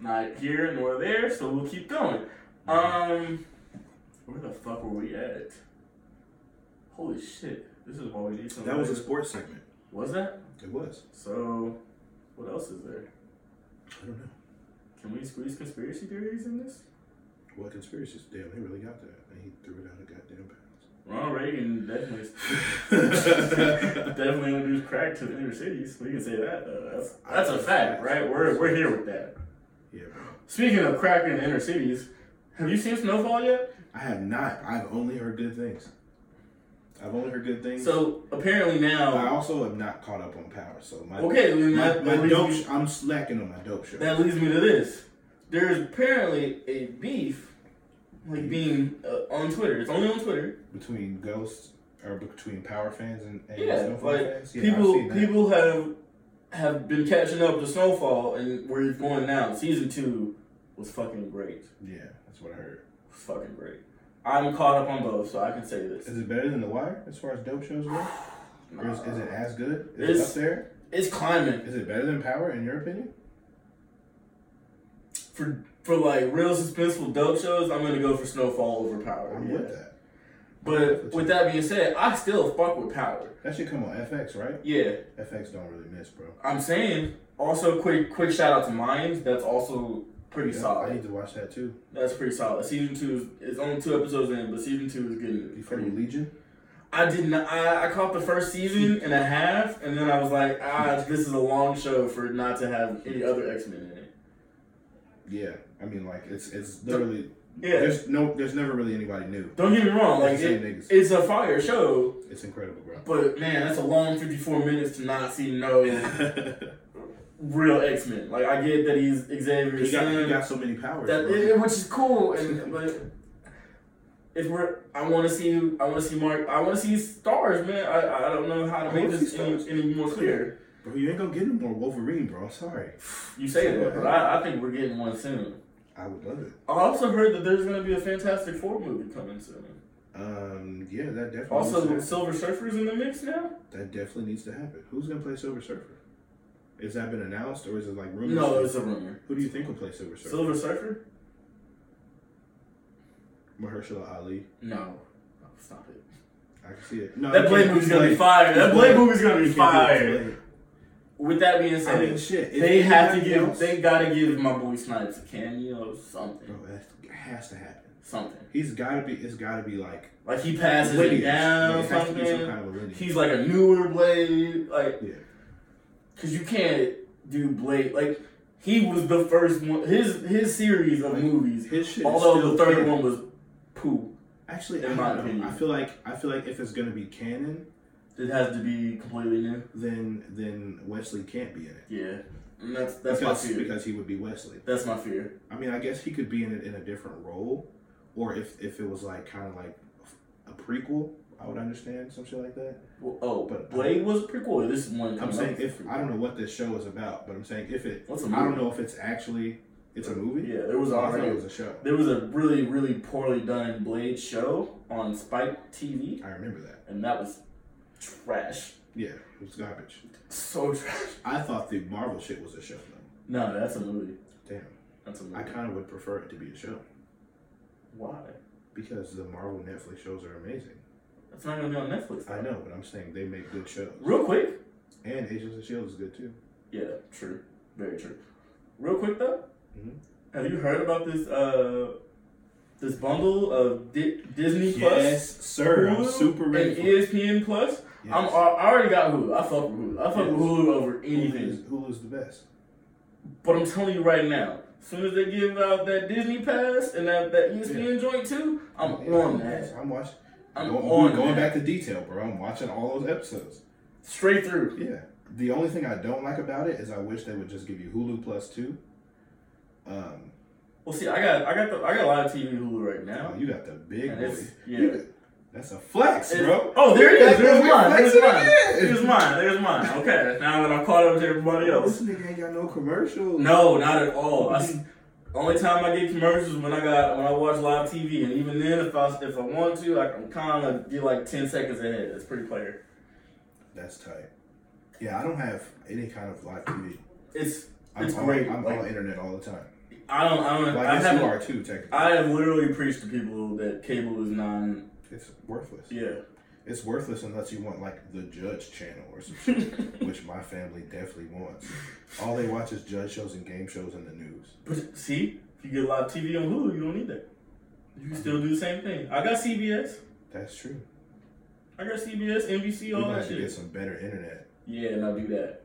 Not here nor there, so we'll keep going. Um, where the fuck were we at? Holy shit! This is why we need it. some. That was a sports segment. Was that? It was. So, what else is there? I don't know Can we squeeze conspiracy theories in this? what conspiracies. Damn, they really got that, and he threw it out of goddamn Ronald Reagan definitely bounds. definitely introduced crack to the inner cities. We can say that. Uh, that's that's a fact, right? We're we're here with that. yeah, bro. Speaking of crack in the inner cities, have you seen Snowfall yet? I have not. I've only heard good things. I've only heard good things. So apparently I now, also am not caught up on power. So my okay, then um, my, that, Uh, my that, dope. leads Sh- me, I'm slacking on my dope show. that leads me to this. There is apparently a beef, like being uh, on Twitter. It's only on Twitter. between ghosts or between power fans and, and Yeah, Snowfall like fans. Yeah, I've people seen that. people have have been catching up to Snowfall and where he's going now. Season two was fucking great. Yeah, that's what I heard. Was fucking great. I'm caught up on both, so I can say this. Is it better than the Wire as far as dope shows go? Or is, is it as good? Is it It's- up there? It's climbing Is it better than Power in your opinion? for for like real suspenseful dope shows. I'm gonna go for Snowfall over Power. I'm with that. But with that being said, I still fuck with Power. That should come on FX, right? Yeah, FX don't really miss, bro. I'm saying. Also, quick quick shout out to Minds. That's also pretty Yeah, I solid. need to watch that too. That's pretty solid. Season two is it's only two episodes in, but season two is You getting fuck pretty with Legion? I did not. I, I caught the first season and a half, and then I was like, ah, this is a long show for it not to have any other X Men in it. Yeah. I mean, like it's it's literally Yeah, there's no there's never really anybody new. don't get me wrong. Like Like, say it, niggas, it's a fire show, it's incredible, bro. but man, that's a long fifty-four minutes to not see no real X Men. Like, I get that he's Xavier's you, got, son, you got so many powers. that, bro. it- it- which is cool, and but. If we're, I want to see, I want to see Mark, I want to see stars, man. I, I don't know how to I make wanna this see any, stars. any more clear. Bro, you ain't gonna get no more Wolverine, bro. I'm sorry. You say that, but I, I think we're getting one soon. I would love it. I also heard that there's going to be a Fantastic Four movie coming soon. Um, yeah, that definitely Also, needs to, Silver Surfer's in the mix now? that definitely needs to happen. Who's gonna play Silver Surfer? Is that been announced or is it like rumors? No, it's a rumor. Who do you think will play Silver Surfer? Silver Surfer? Mahershala Ali. No. Oh, Stop it. I can see it. No, That you Blade can't movie's do gonna be Blade. fire. That You Blade can't- movie's gonna be you can't do fire. Blade. With that being I mean, said, shit. if they have to anybody give. else- They gotta give my boy Snipes a cameo, something, Bro, that has to happen. something. He's gotta be. It's gotta be like Like he passes it lineage. down, Like, it has to be some something. kind of a lineage. He's like a newer Blade, like yeah. because you can't do Blade like. He was the first one. His his series of Like, movies His shit. is Although the still third canon. one was poo. actually, in I my don't know. opinion. I feel like I feel like if it's gonna be canon, It has to be completely new. then then Wesley can't be in it. Yeah, and that's that's because, my fear. because he would be Wesley. that's my fear. I mean, I guess he could be in it in a different role, or if if it was like kind of like a prequel, I would understand some shit like that. Well, oh, but But- Blade was a prequel. This is one. I'm coming saying up. if I don't know what this show is about, but I'm saying if it, What's a I don't movie? know if it's actually it's a movie. Yeah, there was I thought it already was a show. there was a really really poorly done Blade show on Spike TV, I remember that. and that was trash. Yeah, it was garbage. So trash. I thought the Marvel shit was a show though. No, that's a movie. Damn, That's a movie. I kind of would prefer it to be a show Why? because the Marvel Netflix shows are amazing. That's not gonna be on Netflix. I though. know, but I'm saying they make good shows. Real quick. And Agents of Shield E is good too. Yeah, true. Very true. Real quick though, Mhm. have you heard about this uh this bundle of Di- Disney Plus, sir. I'm Hulu, super ready. and E For it. ESPN Plus? I'm I Yes. I already got Hulu. I fuck with Hulu. I fuck Yes. with Hulu over Hulu anything. is, Hulu is the best. But I'm telling you right now, as soon as they give out that Disney Pass and that, that E ESPN joint too, I'm Yeah, on that. I'm watching. I'm going, on going that. back to detail, bro. I'm watching all those episodes. straight through. Yeah. The only thing I don't like about it is I wish they would just give you Hulu plus two. Um, Well, see, I got I got the, I got live TV Hulu right now. oh, you got the big And boy. it's- yeah. You- that's a flex, It's- bro. Oh, there it is. That There's boy mine. There's flexing mine. again. There's mine. There's mine. Okay, now that I'm caught up to everybody else. This nigga ain't got no commercials. No, not at all. I s only time I get commercials when I got when I watch live TV, and even then, if I if I want to, I can kind of get like ten seconds ahead. It's pretty player. That's tight. Yeah, I don't have any kind of live TV. It's I'm It's all- great. I'm Like- on internet all the time. I don't I don't Well, I I guess you haven't are too, technically. I have literally preached to people that cable is non it's worthless. yeah It's worthless unless you want like the Judge channel or some shit, which my family definitely wants. All they watch is judge shows and game shows and the news. but see if you get live TV on Hulu you don't need that you can still do the same thing I got CBS That's true. I got CBS NBC You all might that have to get shit some better internet. yeah and I'll do that.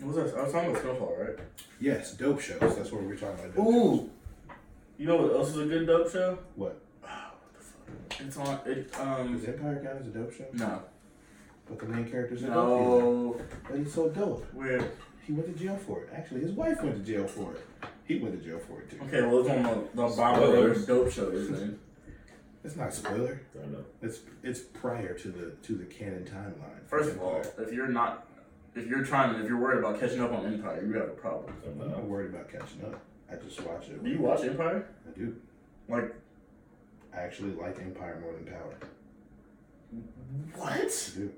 What was I, I was talking about Snowfall right? Yes, dope shows. That's what we're talking about. dope shows. Ooh. You know what else is a good dope show? What? Ah, what the fuck? It's on. It Is um. Empire Count as a dope show? No. But the main character's in dope. No. But he's so dope. Where? He went to jail for it. Actually, his wife went to jail for it. He went to jail for it too. Okay. Well, it's on the, the Bob Brothers Spoilers. dope show, isn't it? It's not a spoiler. I don't know. It's it's prior to the to the canon timeline. First of all, if you're not, if you're trying, to, if you're worried about catching up on Empire, you have a problem. I don't I'm not know. worried about catching up. I just watch it. Do you watch Empire? I do. Like- I actually like Empire more than Power. What? Dude.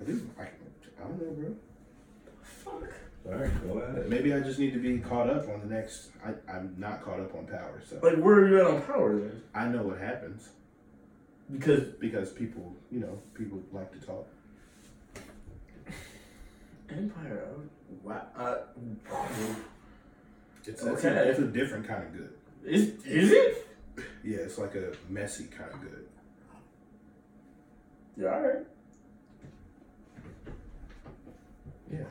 I think I, I don't know, bro. Fuck. All right, go at it. Maybe I just need to be caught up on the next. I, I'm not caught up on power, so Like, where are you at on power then? I know what happens Because because people, you know, people like to talk. Empire, wow, uh, It's it's, a, Okay. it's a different kind of good. is is it? Yeah, it's like a messy kind of good. Yeah, all right. Yeah.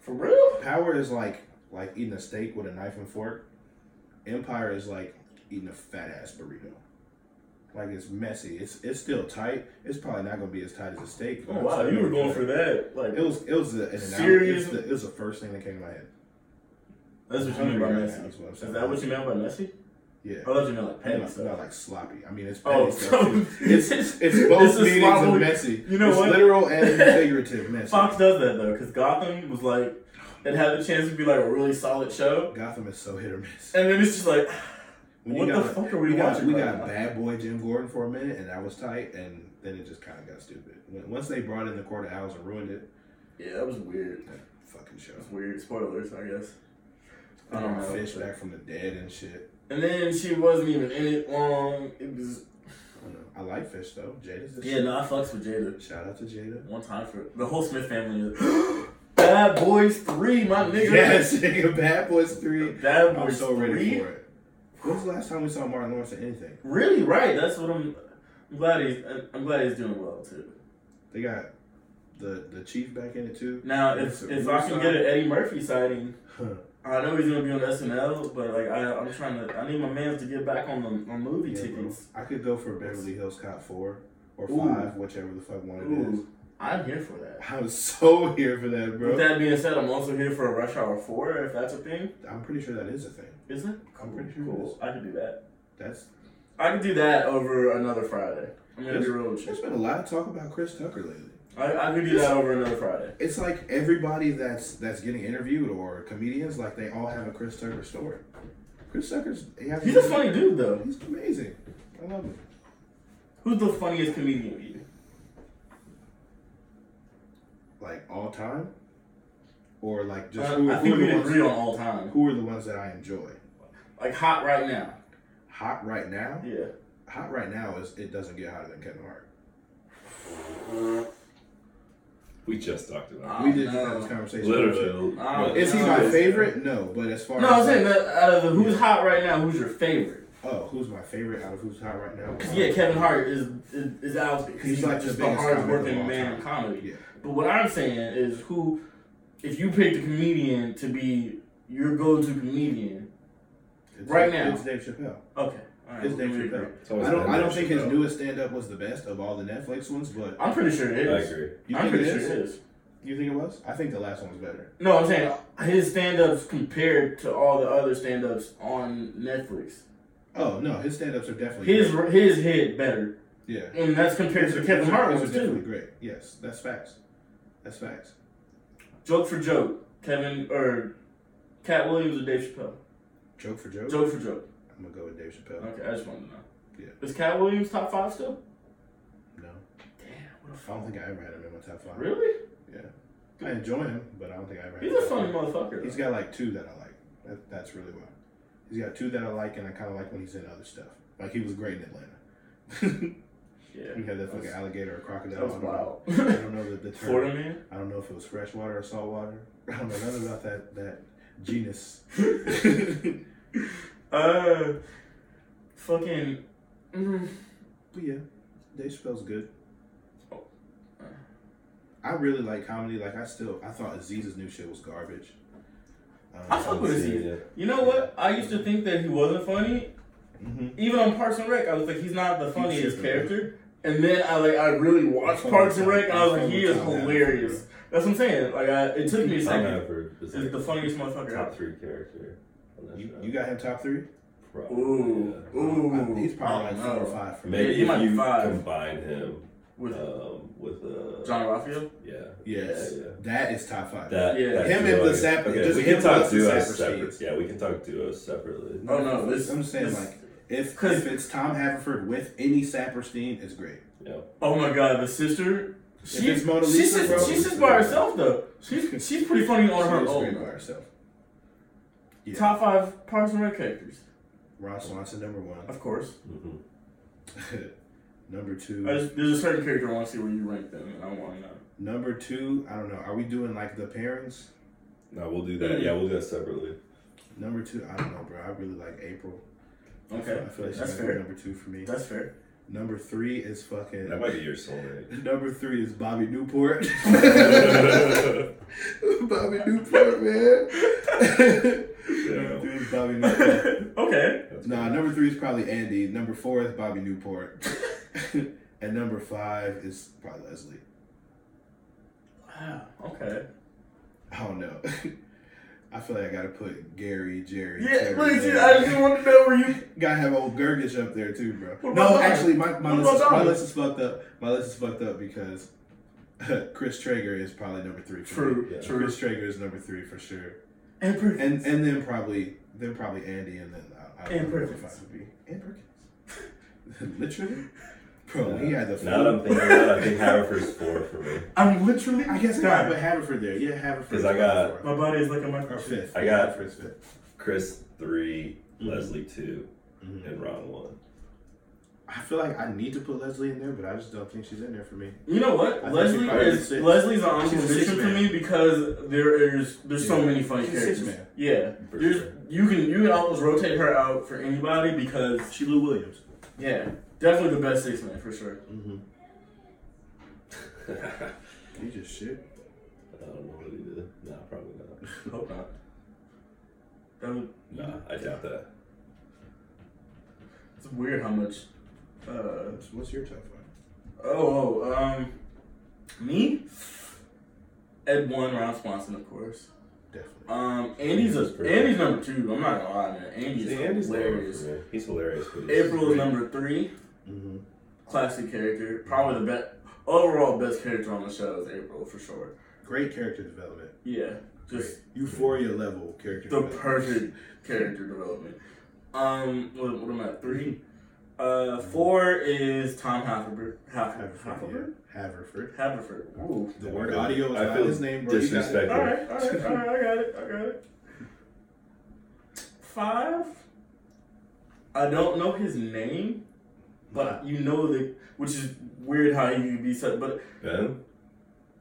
For real? Power is like like eating a steak with a knife and fork. Empire is like eating a fat ass burrito. Like it's messy. It's it's still tight. It's probably not gonna be as tight as a steak. but Oh I'm wow, still you were gonna going enjoy for that. Like, It was it was the, an analogy. Serious- It's the- it was the first thing that came to my head. that's what you mean by Hungry right messy. now is what I'm Is saying. that what you meant by messy? Yeah. I thought you meant like I mean, petty like, not stuff. like sloppy. I mean, it's petty Oh, stuff. so- too. It's it's, it's both a meanings of sloppy- messy. You know it's what? literal and figurative messy. Fox does that though, because Gotham was like, it had the chance to be like a really solid show, Gotham is so hit or miss. and then it's just like, When what you the got- fuck are We, we, got watching? we right got now? bad boy Jim Gordon for a minute, and that was tight, and then it just kind of got stupid. When, once they brought in the quarter hours and ruined it, Yeah, that was weird. that fucking show. That's weird. Spoilers, I guess. I I don't know. Fish back from the dead and shit. And then she wasn't even in it long. It was I, don't know. I like Fish though. Jada's the yeah, no, I fucks with Jada. shit. Shout out to Jada. One time for the whole Smith family. is- Bad Boys Three, my nigga. Yes, nigga. Bad Boys Three. Bad I'm Boys so Three. ready for it. When's the last time we saw Martin Lawrence in anything? Really, right? That's what I'm. I'm glad he's. I'm glad he's doing well too. They got the the chief back in it too. Now, It's if a if I can real get sign. an Eddie Murphy sighting, Huh. I know he's gonna be on SNL, but like I, I'm trying to. I need my man to get back on the on movie Yeah, bro. tickets. I could go for Beverly Hills Cop four or Ooh. five, whichever the fuck one it is. Ooh, I'm here for that. I was so here for that, bro. With that being said, I'm also here for a Rush Hour Four, if that's a thing. I'm pretty sure that is a thing. Is it? I'm pretty sure it Cool. I could do that. That's I could do that over another Friday. I'm gonna be real with there's you. been a lot of talk about Chris Tucker lately. I, I could do that over another Friday. It's like everybody that's that's getting interviewed or comedians, like they all have a Chris Tucker story. Chris Tucker's he has He's a funny dude though. He's amazing. I love him. Who's the funniest comedian to you? Like all time, or like just Uh, who, I who think are we the can ones, agree on all time. who are the ones that I enjoy. Like hot right now. Hot right now. Yeah. Hot right now is it doesn't get hotter than Kevin Hart. We just talked about we Oh, did no. have this it. conversation. Literally. Oh, Ah, Is he no. my favorite? No, but as far No, I'm as saying like, that out of the who's hot right now, who's your favorite? oh, who's my favorite out of who's hot right now? 'Cause, yeah, Kevin Hart is is, is out there. 'Cause He's he's like like the just the biggest hardest comic of working all man in time. comedy. Yeah. But what I'm saying is who, if you picked a comedian to be your go-to comedian, It's- Right now. it's Dave Chappelle. okay, all right, It's we Dave agree. Chappelle. It's always I don't. I been Dave don't think his Chappelle. newest stand-up was the best of all the Netflix ones, but I'm pretty sure it I is. agree. you I'm think it pretty sure is? it is. You think it was? I think the last one was better. No, I'm saying his stand-ups compared to all the other stand-ups on Netflix. Oh no, his stand-ups are definitely His great. his hit better, yeah. and that's compared His to are- Kevin his are- Hart his ones are definitely too. great. Yes, that's facts. That's facts. Joke for joke, Kevin or Cat Williams or Dave Chappelle. Joke for joke. Joke for joke. I'm gonna go with Dave Chappelle. Okay, I just wanted to know. Yeah. Is Cat Williams top five still? No, Damn, what a I don't think I ever had him in my top five. Really? I enjoy him, but I don't think I ever. had He's him. a funny motherfucker. He's He's got like two that I like. That, that's really why. He's got two that I like, and I kind of like when he's in other stuff. Like he was great in Atlanta. yeah, he had that fucking That's- alligator or crocodile. that was I don't know. wild. I don't know the, the term. Florida man. I don't know if it was freshwater or saltwater. I don't know nothing about that that genus. Uh, fucking. mm, But yeah, Dave Chappelle's good. Oh. I really like comedy. Like I still, I thought Aziz's new shit was garbage. Um, I fuck with Aziz. Yeah. You know what? I used to think that he wasn't funny, hmm even on Parks and Rec, I was like, he's not the funniest He's- character. And then I like I really watched Parks and Rec, and I was like, he is hilarious. That's what I'm saying. Like, I, it took me a Tom second. Haverford Is is like the funniest motherfucker top out three character. on that You, show. you got him top three. Probably, Ooh, yeah. ooh. he's probably I like don't four or know. five for me. Maybe he might if be you five. combine him with um, with uh, John Raphael. Yeah. Yes, Yeah, yeah. That is top five. That, Yeah. that Him and duo the is- Zappa- Okay, just we him can talk plus the Zappa duos separate. Steeds. Yeah, we can talk duos separately. Oh no, this I'm just saying this- like If 'Cause- if it's Tom Haverford with any Saperstein, it's great. Oh my god, the sister. She, it's Mona she's Lisa, just, bro, she's it's just by great. herself though. She's she's pretty funny on her She is great by own. herself. Yeah. Top five Parks and Rec characters, Ross Swanson number one. of course. hmm number two. I just, there's a certain character I want to see where you rank them, and I want to know. Number two, I don't know. Are we doing like the pairings? No, we'll do that. Yeah, we'll do that separately. Number two, I don't know, bro. I really like April. Okay, I feel like that's she's fair. number two for me. That's fair. Number three is That fucking. might be your soulmate. Number three is Bobby Newport. yeah. Bobby Newport, man. number three is Bobby Newport. okay. Nah, number three is probably Andy. Number four is Bobby Newport. and number five is probably Leslie. Wow. Okay. I don't know. I feel like I gotta put Gary, Jerry. Yeah, Terry please. there. I just want to know where you. Gotta have old Gurgish up there too, bro. What about no, Dom? actually, my, my, What list is, about my Dom? list is fucked up. My list is fucked up because Chris Traeger is probably number three. For me. True. Yeah. True. Chris Traeger is number three for sure, And Perkins. and and then probably then probably Andy, and then I, I don't And know who the Perkins. five would be. And Perkins, literally, bro. he had the Now that I'm thinking about it, I think Haverford's four for me. I'm literally. I guess I put Haverford there. Yeah, Haverford. 'Cause I got- My body is like a or microchip. fifth. I got- Haverford's fifth. Chris three, Mhm. Leslie two, Mhm. and Ron one. I feel like I need to put Leslie in there, but I just don't think she's in there for me. You know I what? think Leslie she's probably is six. Leslie's an honorable She's a six mention for man. me because there is there's so Yeah. many funny She's a six characters. man. Yeah, For There's- sure. you can you can almost rotate her out for anybody because She Lou Williams. yeah, definitely the best six man for sure. Mm-hmm. I You just shit. don't know what he did. No, probably not. Hope not. That would, Nah, I doubt that. it's weird how much. Uh, What's, what's your top five? oh, oh, um, me. Ed one, Ron Swanson, of course. Definitely. Um, Andy's a, Andy's number two. I'm not gonna lie, man. Andy's See, Andy's hilarious. hilarious. For me. He's hilarious. but he's April is number three. Mm-hmm. classic character, probably the best overall best character on the show is April for sure. Great character development. Yeah, just Great. Euphoria level character the development. perfect character development. Um, what, what am I at three? Uh, four is Tom Haverford. Haverford. Haverford. Haverford. Yeah. Haverford. Haverford. Ooh. The word audio is I not feel his name, bro. You got it. disrespected. All right, all right, all right. I got it. I got it. Five. I don't know his name, but you know the which is weird how he could be such. But Ben.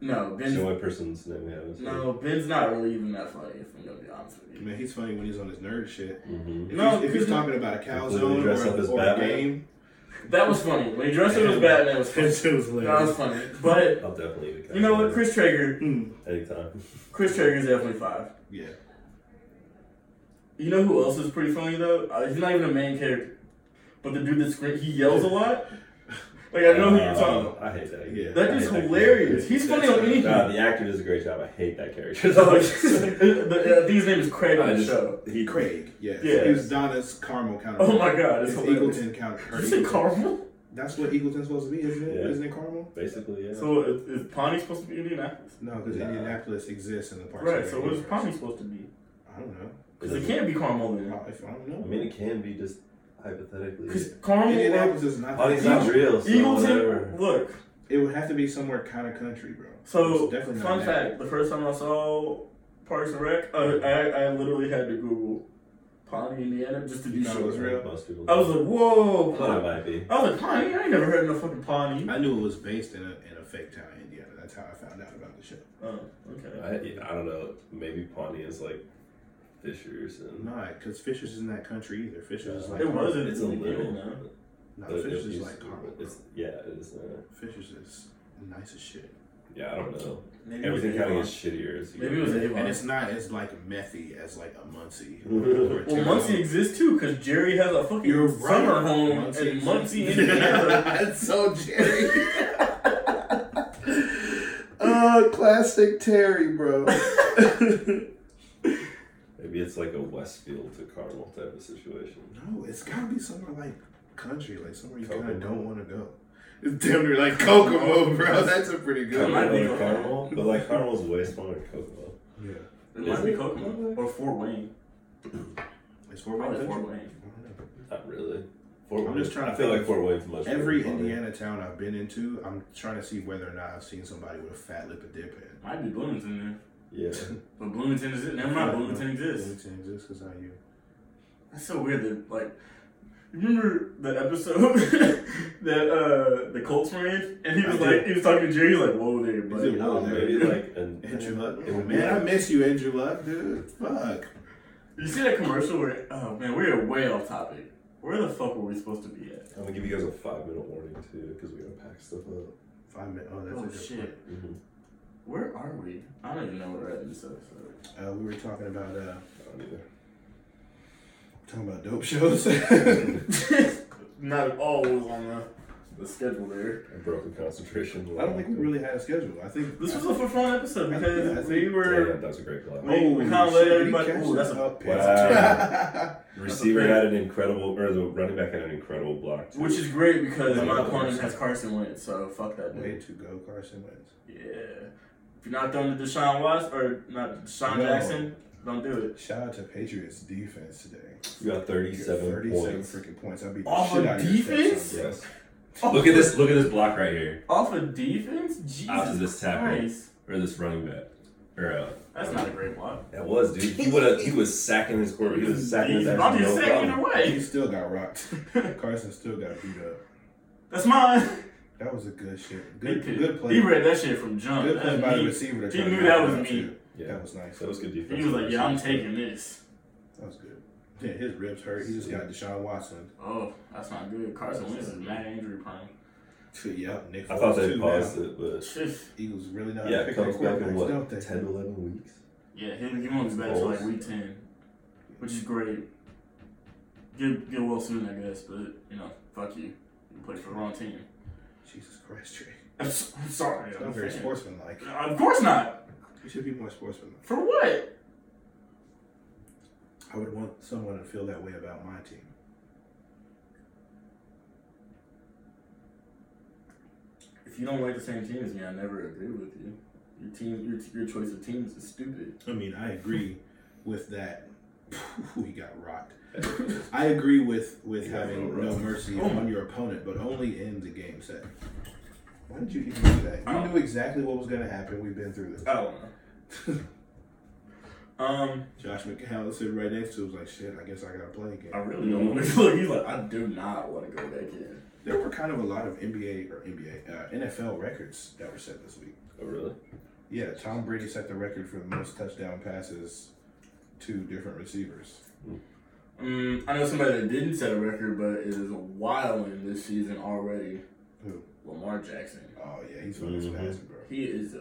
no, It's Ben's the only person's name we have. Is No, Ben's not really even that funny, if I'm gonna be honest with you. Man, he's funny when he's on his nerd shit. hmm If, No, he's, if he's because- talking about a cow Completely zone or, dressed up as or a Batman. game, That was funny. When he dressed up as Batman, it was that funny. shit was That was hilarious. funny. But, I'll definitely. eat a you know cat what? Chris Traeger, Mm. Anytime. Chris Traeger's definitely five. Yeah. You know who else is pretty funny, though? Uh, he's not even a main character. But the dude that screams, he yells a lot. Like, I know who you're talking about. Uh, I hate that. Yeah. That I is hate that hilarious. He's funny on character. Nah, anything. the actor does a great job. I hate that character. So, like, the- uh, I think his name is Craig on I the just- show. He Craig, yes. Yes. He was Donna's Carmel counterpart. Oh my god, it's It's hilarious. Eagleton counter. Did or you say Eagleton. Carmel? That's what Eagleton's supposed to be, isn't it? Yeah. Isn't it Carmel? Basically, yeah. So, is, is Pawnee supposed to be Indianapolis? No, because Nah. Indianapolis exists in the park. Right, so what is Pawnee supposed to be? I don't know. Because it can't be Carmel then. I if- I don't I know. mean, it can be just hypothetically. Because Carmel, Indianapolis is not. Pawnee not Eagle- real. So whatever. Eagleton, look. It would have to be somewhere kind of country, bro. So, It's definitely fun not fact: the first time I saw Parks and Rec, I, I, I literally had to Google Pawnee, Indiana, just to be You thought it was sure. real? Most people. I was like, whoa, I thought it Pawnee. might be. I was like, Pawnee? I ain't never heard of no fucking Pawnee. I knew it was based in a in a fake town, in Indiana. That's how I found out about the show. Oh, okay. I, yeah, I don't know. Maybe Pawnee is like Fishers and. No, because Fishers isn't that country either. Fishers is like It wasn't. It's a in the little. beginning, though. No, but it Fishers is used like to- Carmel. bro. It's yeah, it is. Uh, Fishers is nice as shit, yeah, I don't know. Maybe it was Everything kind of Avon. gets shittier as you. Maybe it was Avon. and it's not as like methy as like a Muncie. Well, Muncie exists too, because Jerry has a fucking You're right. summer home in exists. Muncie, Indiana. That's so Jerry. uh, classic Terry, bro. no, Maybe it's like a Westfield to Carmel type of situation. it's gotta be somewhere like country, like somewhere you kind Kokomo. of don't want to go. It's damn near like Kokomo, bro. Oh, That's a pretty good It might Carmel one. be to Carmel, but like Carmel's way smaller than Kokomo. Yeah, It might be Kokomo or Fort Wayne. it's Fort Wayne. Probably country. Fort Wayne. I don't know. Not really. Fort I'm just Williams. trying to I feel think like Fort Williams much. Every better than Indiana town I've been into, I'm trying to see whether or not I've seen somebody with a fat lip and dip in. Might be Bloomington then. Yeah. But Bloomington is Never mind, Bloomington exists. Bloomington exists is how you. That's so weird that like you remember the episode that uh the Colts were in? And he I was do. like he was talking to Jerry like, whoa there, He buddy. did. No, maybe like an Andrew Luck. It would be Man, I like- miss you, Andrew Luck, dude. Fuck. You see that commercial where oh man, we're way off topic. Where the fuck were we supposed to be at? I'm gonna give you guys a five minute warning too, because we gotta pack stuff up. Five minutes. Oh, that's a Oh good shit. Mhm. Where are we? I don't even know where we're at in this episode. point. Uh, we were talking about uh, I don't either. talking about dope shows. Not at all was on the, the schedule there. I broke the concentration. I don't think we really had a schedule. I think This was a for fun episode because I think- we Yeah, were. that's a great call. We- Oh, we kinda let shit, we everybody- catch ooh, that's it a- up. Wow. Receiver Okay. had an incredible, or the running back had an incredible block. too. Which is great because Yeah. my opponent has Carson Wentz, so fuck that dude. Way to go, Carson Wentz. Yeah. If you're not throwing to Deshaun Watson or not Deshaun No. Jackson, don't do it. Shout out to Patriots defense today. you got 37, 37 points. freaking points. I beat the Off shit of out of your defense? stats, Yes. Look at this. Look at this block right here, Off of defense? Jesus Out of this tackle. Christ. or this running back, or uh, That's not a great block. that was dude. He would have. He was sacking his quarterback. He was sacking his He's ass. about to no say problem. either bro. He way. still got rocked. Carson still got beat up. That's mine. That was a good shit. He Good, could- good play. He read that shit from jump. good play That's by the me. receiver. to he try to knew knock that it was out, me. too. Yeah, That was nice. that was good defense. He was like, yeah, I'm taking this. That was good. Yeah, his ribs hurt. He just got Deshaun Watson. Oh, that's not good. Carson Wentz is mad injury prone. Yep, Nick. I thought Foles they too paused now. it, but Fifth. Eagles really not yeah, it picking comes back in quarterbacks, don't what they? 10, 11 weeks. Yeah, he, he won't be back till like week 10, which is great. Get, get well soon, I guess, but, you know, fuck you. You played for the wrong team. Jesus Christ, Trey. I'm, s am sorry. It's I'm not very saying. sportsmanlike. Of course not. You should be more sportsmanlike. For what? I would want someone to feel that way about my team. If you don't like the same team as me, I never agree with you. Your team, your, your choice of teams is stupid. I mean, I agree with that. we got rocked. I agree with with You got having real no rough. mercy Oh my- on your opponent, but only in the game set. Why did you even do that? Oh. You knew exactly what was going to happen. We've been through this. Uh, I don't know. um, Josh McCown sitting right next to him was like, "Shit, I guess I got to play again." I Uh, really don't want to go. He's like, I do not want to go back in. There were kind of a lot of NBA or NBA uh, NFL records that were set this week. Oh really? Yeah, Tom Brady set the record for the most touchdown passes to different receivers. Um, I know somebody that didn't set a record, but it is wilding this season already. Who? Lamar Jackson. Oh yeah, he's fucking Mhm. spazzing, bro. He is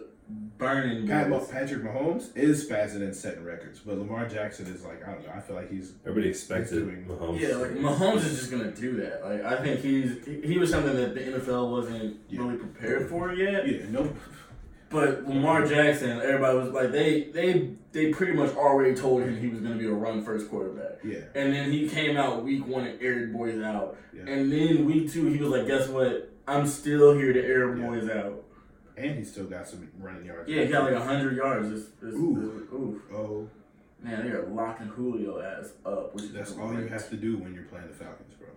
burning. Pat, dudes. Patrick Mahomes is spazzing and setting records, but Lamar Jackson is like I don't know. I feel like he's Everybody expected doing- Mahomes. Yeah, like Mahomes is just gonna do that. Like I think he's he- he was something that the NFL wasn't Yeah. really prepared for yet. yeah no. But Lamar Jackson, everybody was like they they they pretty much already told him he was gonna be a run first quarterback. Yeah, And then he came out week one and aired boys out. Yeah. And then week two he was like, guess what? I'm still here to air Yeah. boys out. and he still got some running yards. Yeah, he got like hundred yards. This, this, Ooh. this- ooh. oh, man, they are locking Julio ass up. Which is that's all you have to do when you're playing the Falcons, bro.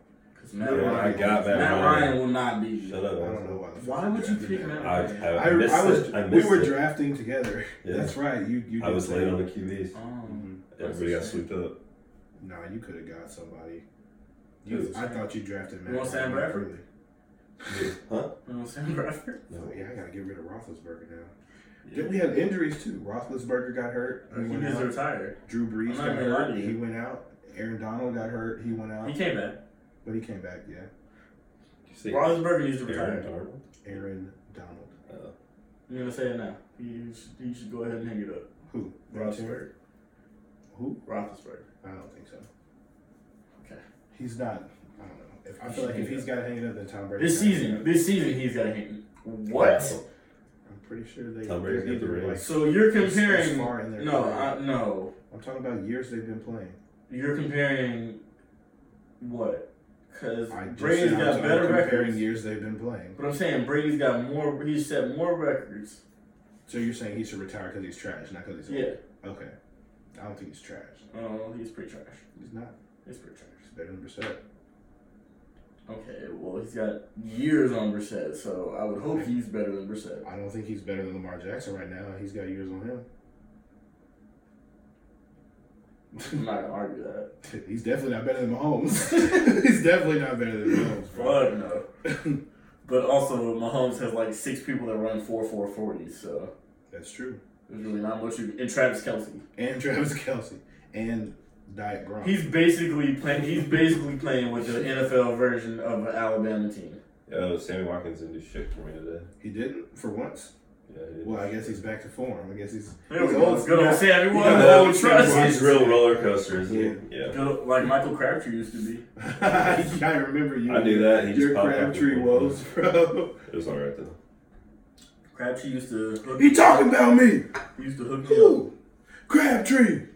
'Cause Matt, Yeah, I Ryan, got Matt Matt Ryan. Ryan will not be. Shut up. I don't know why. The Why Falcons would you drafted pick him. Matt I, Ryan? I, I, I missed I was. it. I we missed were it. drafting together. Yeah. That's right. You. you I did was say- late on the QBs. Um, Mhm. That's Everybody a got shame. swooped up. Nah, you could have got somebody. Who? You, I thought you drafted Matt. want Sam Ryan Bradford? early. huh? you know what I'm saying, Bradford? No, yeah, I gotta get rid of Roethlisberger now. Yeah. Then we had injuries too. Roethlisberger got hurt. He went needs out. to retire. Drew I'm Brees not got gonna lie hurt. to you. He went out. Aaron Donald got hurt. He went out. He came back. but he came back. Yeah. Did you say Roethlisberger needs to Aaron retire. Darnold? Aaron Donald. I'm gonna say it now. You should, you should go ahead and hang it up. Who? Vinatieri? Roethlisberger. Who? Roethlisberger. I don't think so. Okay. He's not. I don't know. If I feel like if he's got to hang it up, then Tom Brady. This season, this season he's got a hang. What? I'm pretty sure they. Tom Brady's they're got the either, ring. like, So you're this- this comparing? far in their No, career. I, no. I'm talking about years they've been playing. You're comparing what? Because I just Brady's said I'm got talking- better comparing records. years they've been playing. But I'm saying Brady's got more. He set more records. So you're saying he should retire because he's trash, not because he's Yeah. Okay. I don't think he's trash. Oh, he's pretty trash. He's not. He's pretty trash. He's better than Brissett. Okay, well he's got years on Brissett, so I would hope he's better than Brissett. I don't think he's better than Lamar Jackson right now. He's got years on him. I'm not gonna argue that. He's definitely not better than Mahomes. he's definitely not better than Mahomes, bro. Fuck no. But also Mahomes has like six people that run four four forties, so That's true. there's really not much you and Travis Kelsey. And Travis Kelsey and Diet Gronk. He's basically playing he's basically playing with the NFL version of an Alabama team. Yo, Sammy Watkins didn't do shit for me today. he didn't for once. Yeah, he did. Well, I guess he's back to form. I guess he's There we he's go. Good old Yeah. Sammy Yeah. Watkins. Oh, trust. Yeah. He's real roller coasters. Yeah. yeah. Good old- Like Michael Crabtree used to be. I remember you. I knew that. He Your just popped up. Crabtree woes, bro. It was alright though. Crabtree used to hook, He talking about me. he used to hook me up. Who? Crabtree.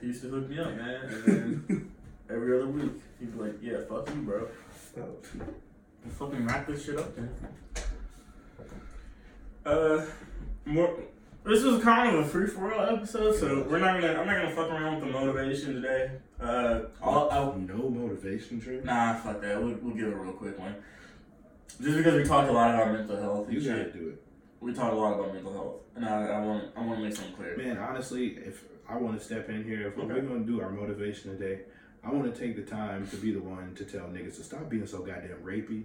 He used to hook me up, man. And then every other week, he'd be like, "Yeah, fuck you, bro. Let's fucking wrap this shit up, then." Uh, more. This was kind of a free for all episode, so we're not gonna. I'm not gonna fuck around with the motivation today. Uh, I'll, I'll, No motivation trip. nah, fuck that. We'll, we'll give a real quick one. Just because we talked a lot about mental health and You gotta shit, do we talked a lot about mental health, and I, I want I want to make something it, clear. man. Honestly, if I want to step in here, if Okay. we're gonna do our motivation today, I want to take the time to be the one to tell niggas to stop being so goddamn rapey.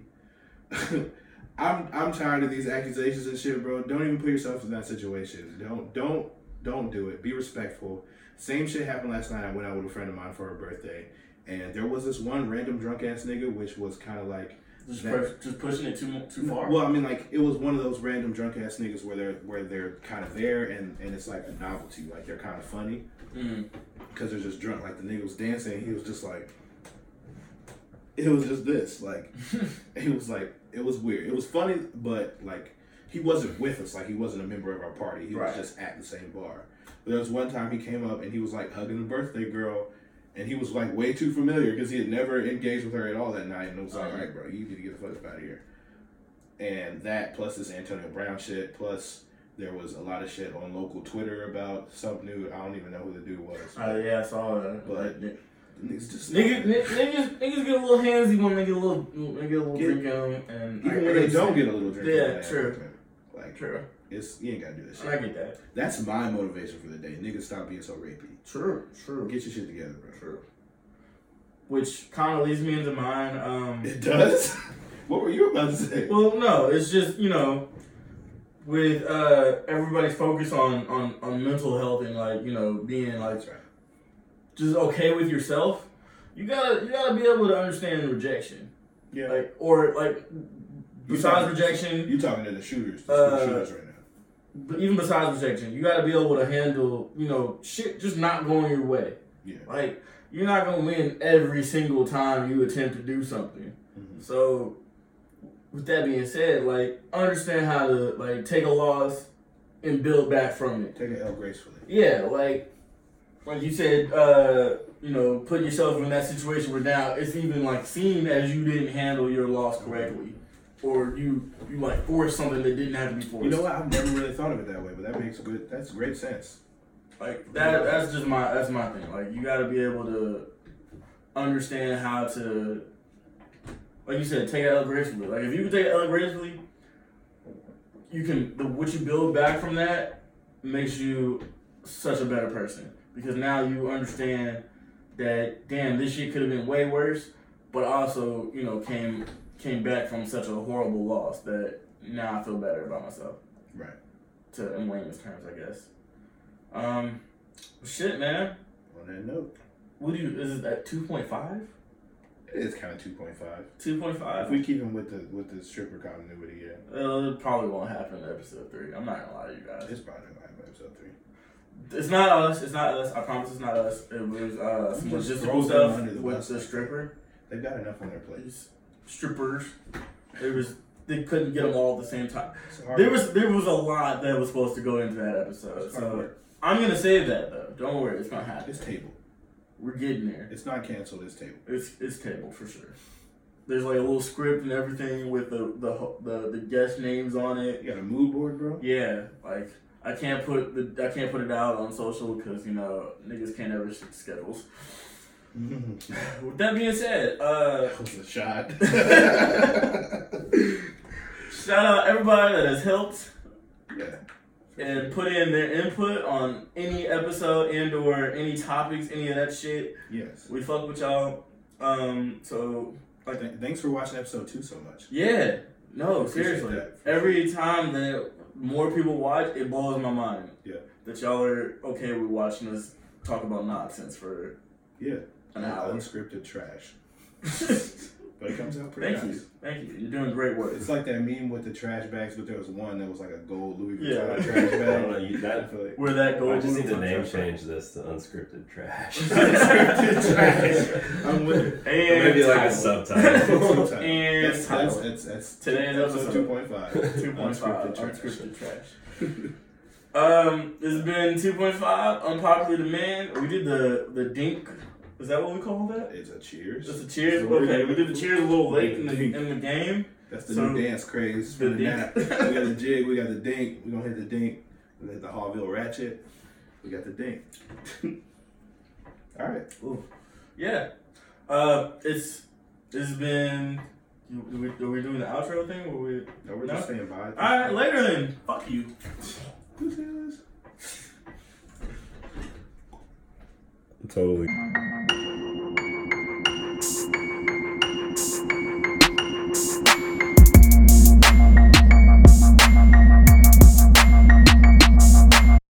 I'm I'm tired of these accusations and shit, bro. Don't even put yourself in that situation. Don't don't don't do it. Be respectful. Same shit happened last night. I went out with a friend of mine for her birthday, and there was this one random drunk ass nigga, which was kind of like Just, that- push, just pushing it too mu- too far. Well, I mean, like it was one of those random drunk ass niggas where they're where they're kind of there and and it's like a novelty, like they're kind of funny Mm. because they're just drunk. Like the nigga was dancing, he was just like, it was just this, like he was like it was weird. It was funny, but like he wasn't with us, like he wasn't a member of our party. He Right. was just at the same bar. There was one time he came up and he was like hugging the birthday girl. And he was like way too familiar because he had never engaged with her at all that night. And it was like, Uh-huh. all right, bro, you need to get the fuck up out of here and that plus this Antonio Brown shit, plus there was a lot of shit on local Twitter about some dude. I don't even know who the dude was. Uh, yeah, I saw that. But- But It's just niggas, ni- niggas, niggas get a little handsy when they get a little, they get a little Get- drink on, and even I- I when they guess- don't get a little drink. Yeah, out of that, true. Like True, it's you ain't gotta do this I shit. get that. That's my motivation for the day. Niggas stop being so rapey. True, true, Get your shit together, bro. true. Which kind of leads me into mine. Um, It does. what were you about to say? well, no, it's just you know, with uh, everybody's focus on on on mental health and like you know being like That's right. just okay with yourself. You gotta you gotta be able to understand rejection, Yeah. like or like besides rejection, you talking to the shooters, the Uh, school shooters right now. But even besides rejection, you got to be able to handle, you know, shit just not going your way. Yeah. Like, you're not going to win every single time you attempt to do something. Mhm. So, with that being said, like, understand how to, like, take a loss and build back from it. Take it L gracefully. Yeah, like, like you said, uh, you know, put yourself in that situation where now it's even, like, seen as you didn't handle your loss correctly. Or you, you like, forced something that didn't have to be forced. You know what? I've never really thought of it that way, but that makes good. That's great sense. Like that that's just my that's my thing. Like you gotta be able to understand how to like you said, take it out gracefully. Like if you can take it out gracefully, you can the what you build back from that makes you such a better person. Because now you understand that damn this shit could have been way worse, but also, you know, came came back from such a horrible loss that now I feel better about myself Right. to in layman's terms, I guess. Um, shit, man. On that note, What do you? Is it at two point five? it is kind of two point five. Two point If five. we keep him with the with the stripper continuity, yeah, Uh, it probably won't happen in episode three. I'm not gonna lie to you guys. it's probably gonna happen episode three. It's not us. It's not us. I promise, it's not us. It was uh some You just logistical throw them stuff under the with bus. the stripper, They've got enough on their plate. These strippers. It was they couldn't get them all at the same time. It's hard. There was there was a lot that was supposed to go into that episode. it's hard So work. I'm gonna save that though. Don't worry, it's gonna happen. It's table. We're getting there. It's not canceled. It's table. It's it's table for sure. There's like a little script and everything with the the ho- the, the guest names on it. You got a mood board, bro. Yeah, like I can't put the I can't put it out on social because you know niggas can't ever sh- schedules. With that being said, uh, That was a shot. shout out everybody that has helped yeah. and put in their input on any episode and or any topics, any of that shit. Yes. We fuck with y'all. Um, so like Th- thanks for watching episode two so much. Yeah. No, Appreciate seriously. that. Every time that more people watch, it blows my mind. Yeah. That y'all are okay with watching us talk about nonsense for Yeah. an hour. Unscripted trash, Thank but it comes out pretty nice. you. Thank you. You're doing great work. It's like that meme with the trash bags, but there was one that was like a gold Louis Yeah. Vuitton trash I don't know, bag. you- I that- feel like Where that goes. I just need to the name change this to unscripted trash. Unscripted trash. I'm with it. And Maybe like a title. subtitle. Sometimes. And that's, that's, title. that's, that's Today's episode. two point five. 2.5 Unscripted trash. unscripted trash. Um, it's been 2.5 unpopular demand. We did the the dink. Is that what we call that? It's a cheers. That's the cheers. Sorry. Okay, we did the cheers a little late in the in the game. That's the So, new dance craze. the for The nap. dink. we got the jig, we got the dink, we gonna hit the dink, we hit the Hallville ratchet, we got the dink. All right. Ooh. Yeah. Uh, it's it's been. you- Are we, are we doing the outro thing? Or we, No, we're No. just staying by. it. all right, later then. Fuck you. Deuces. totally.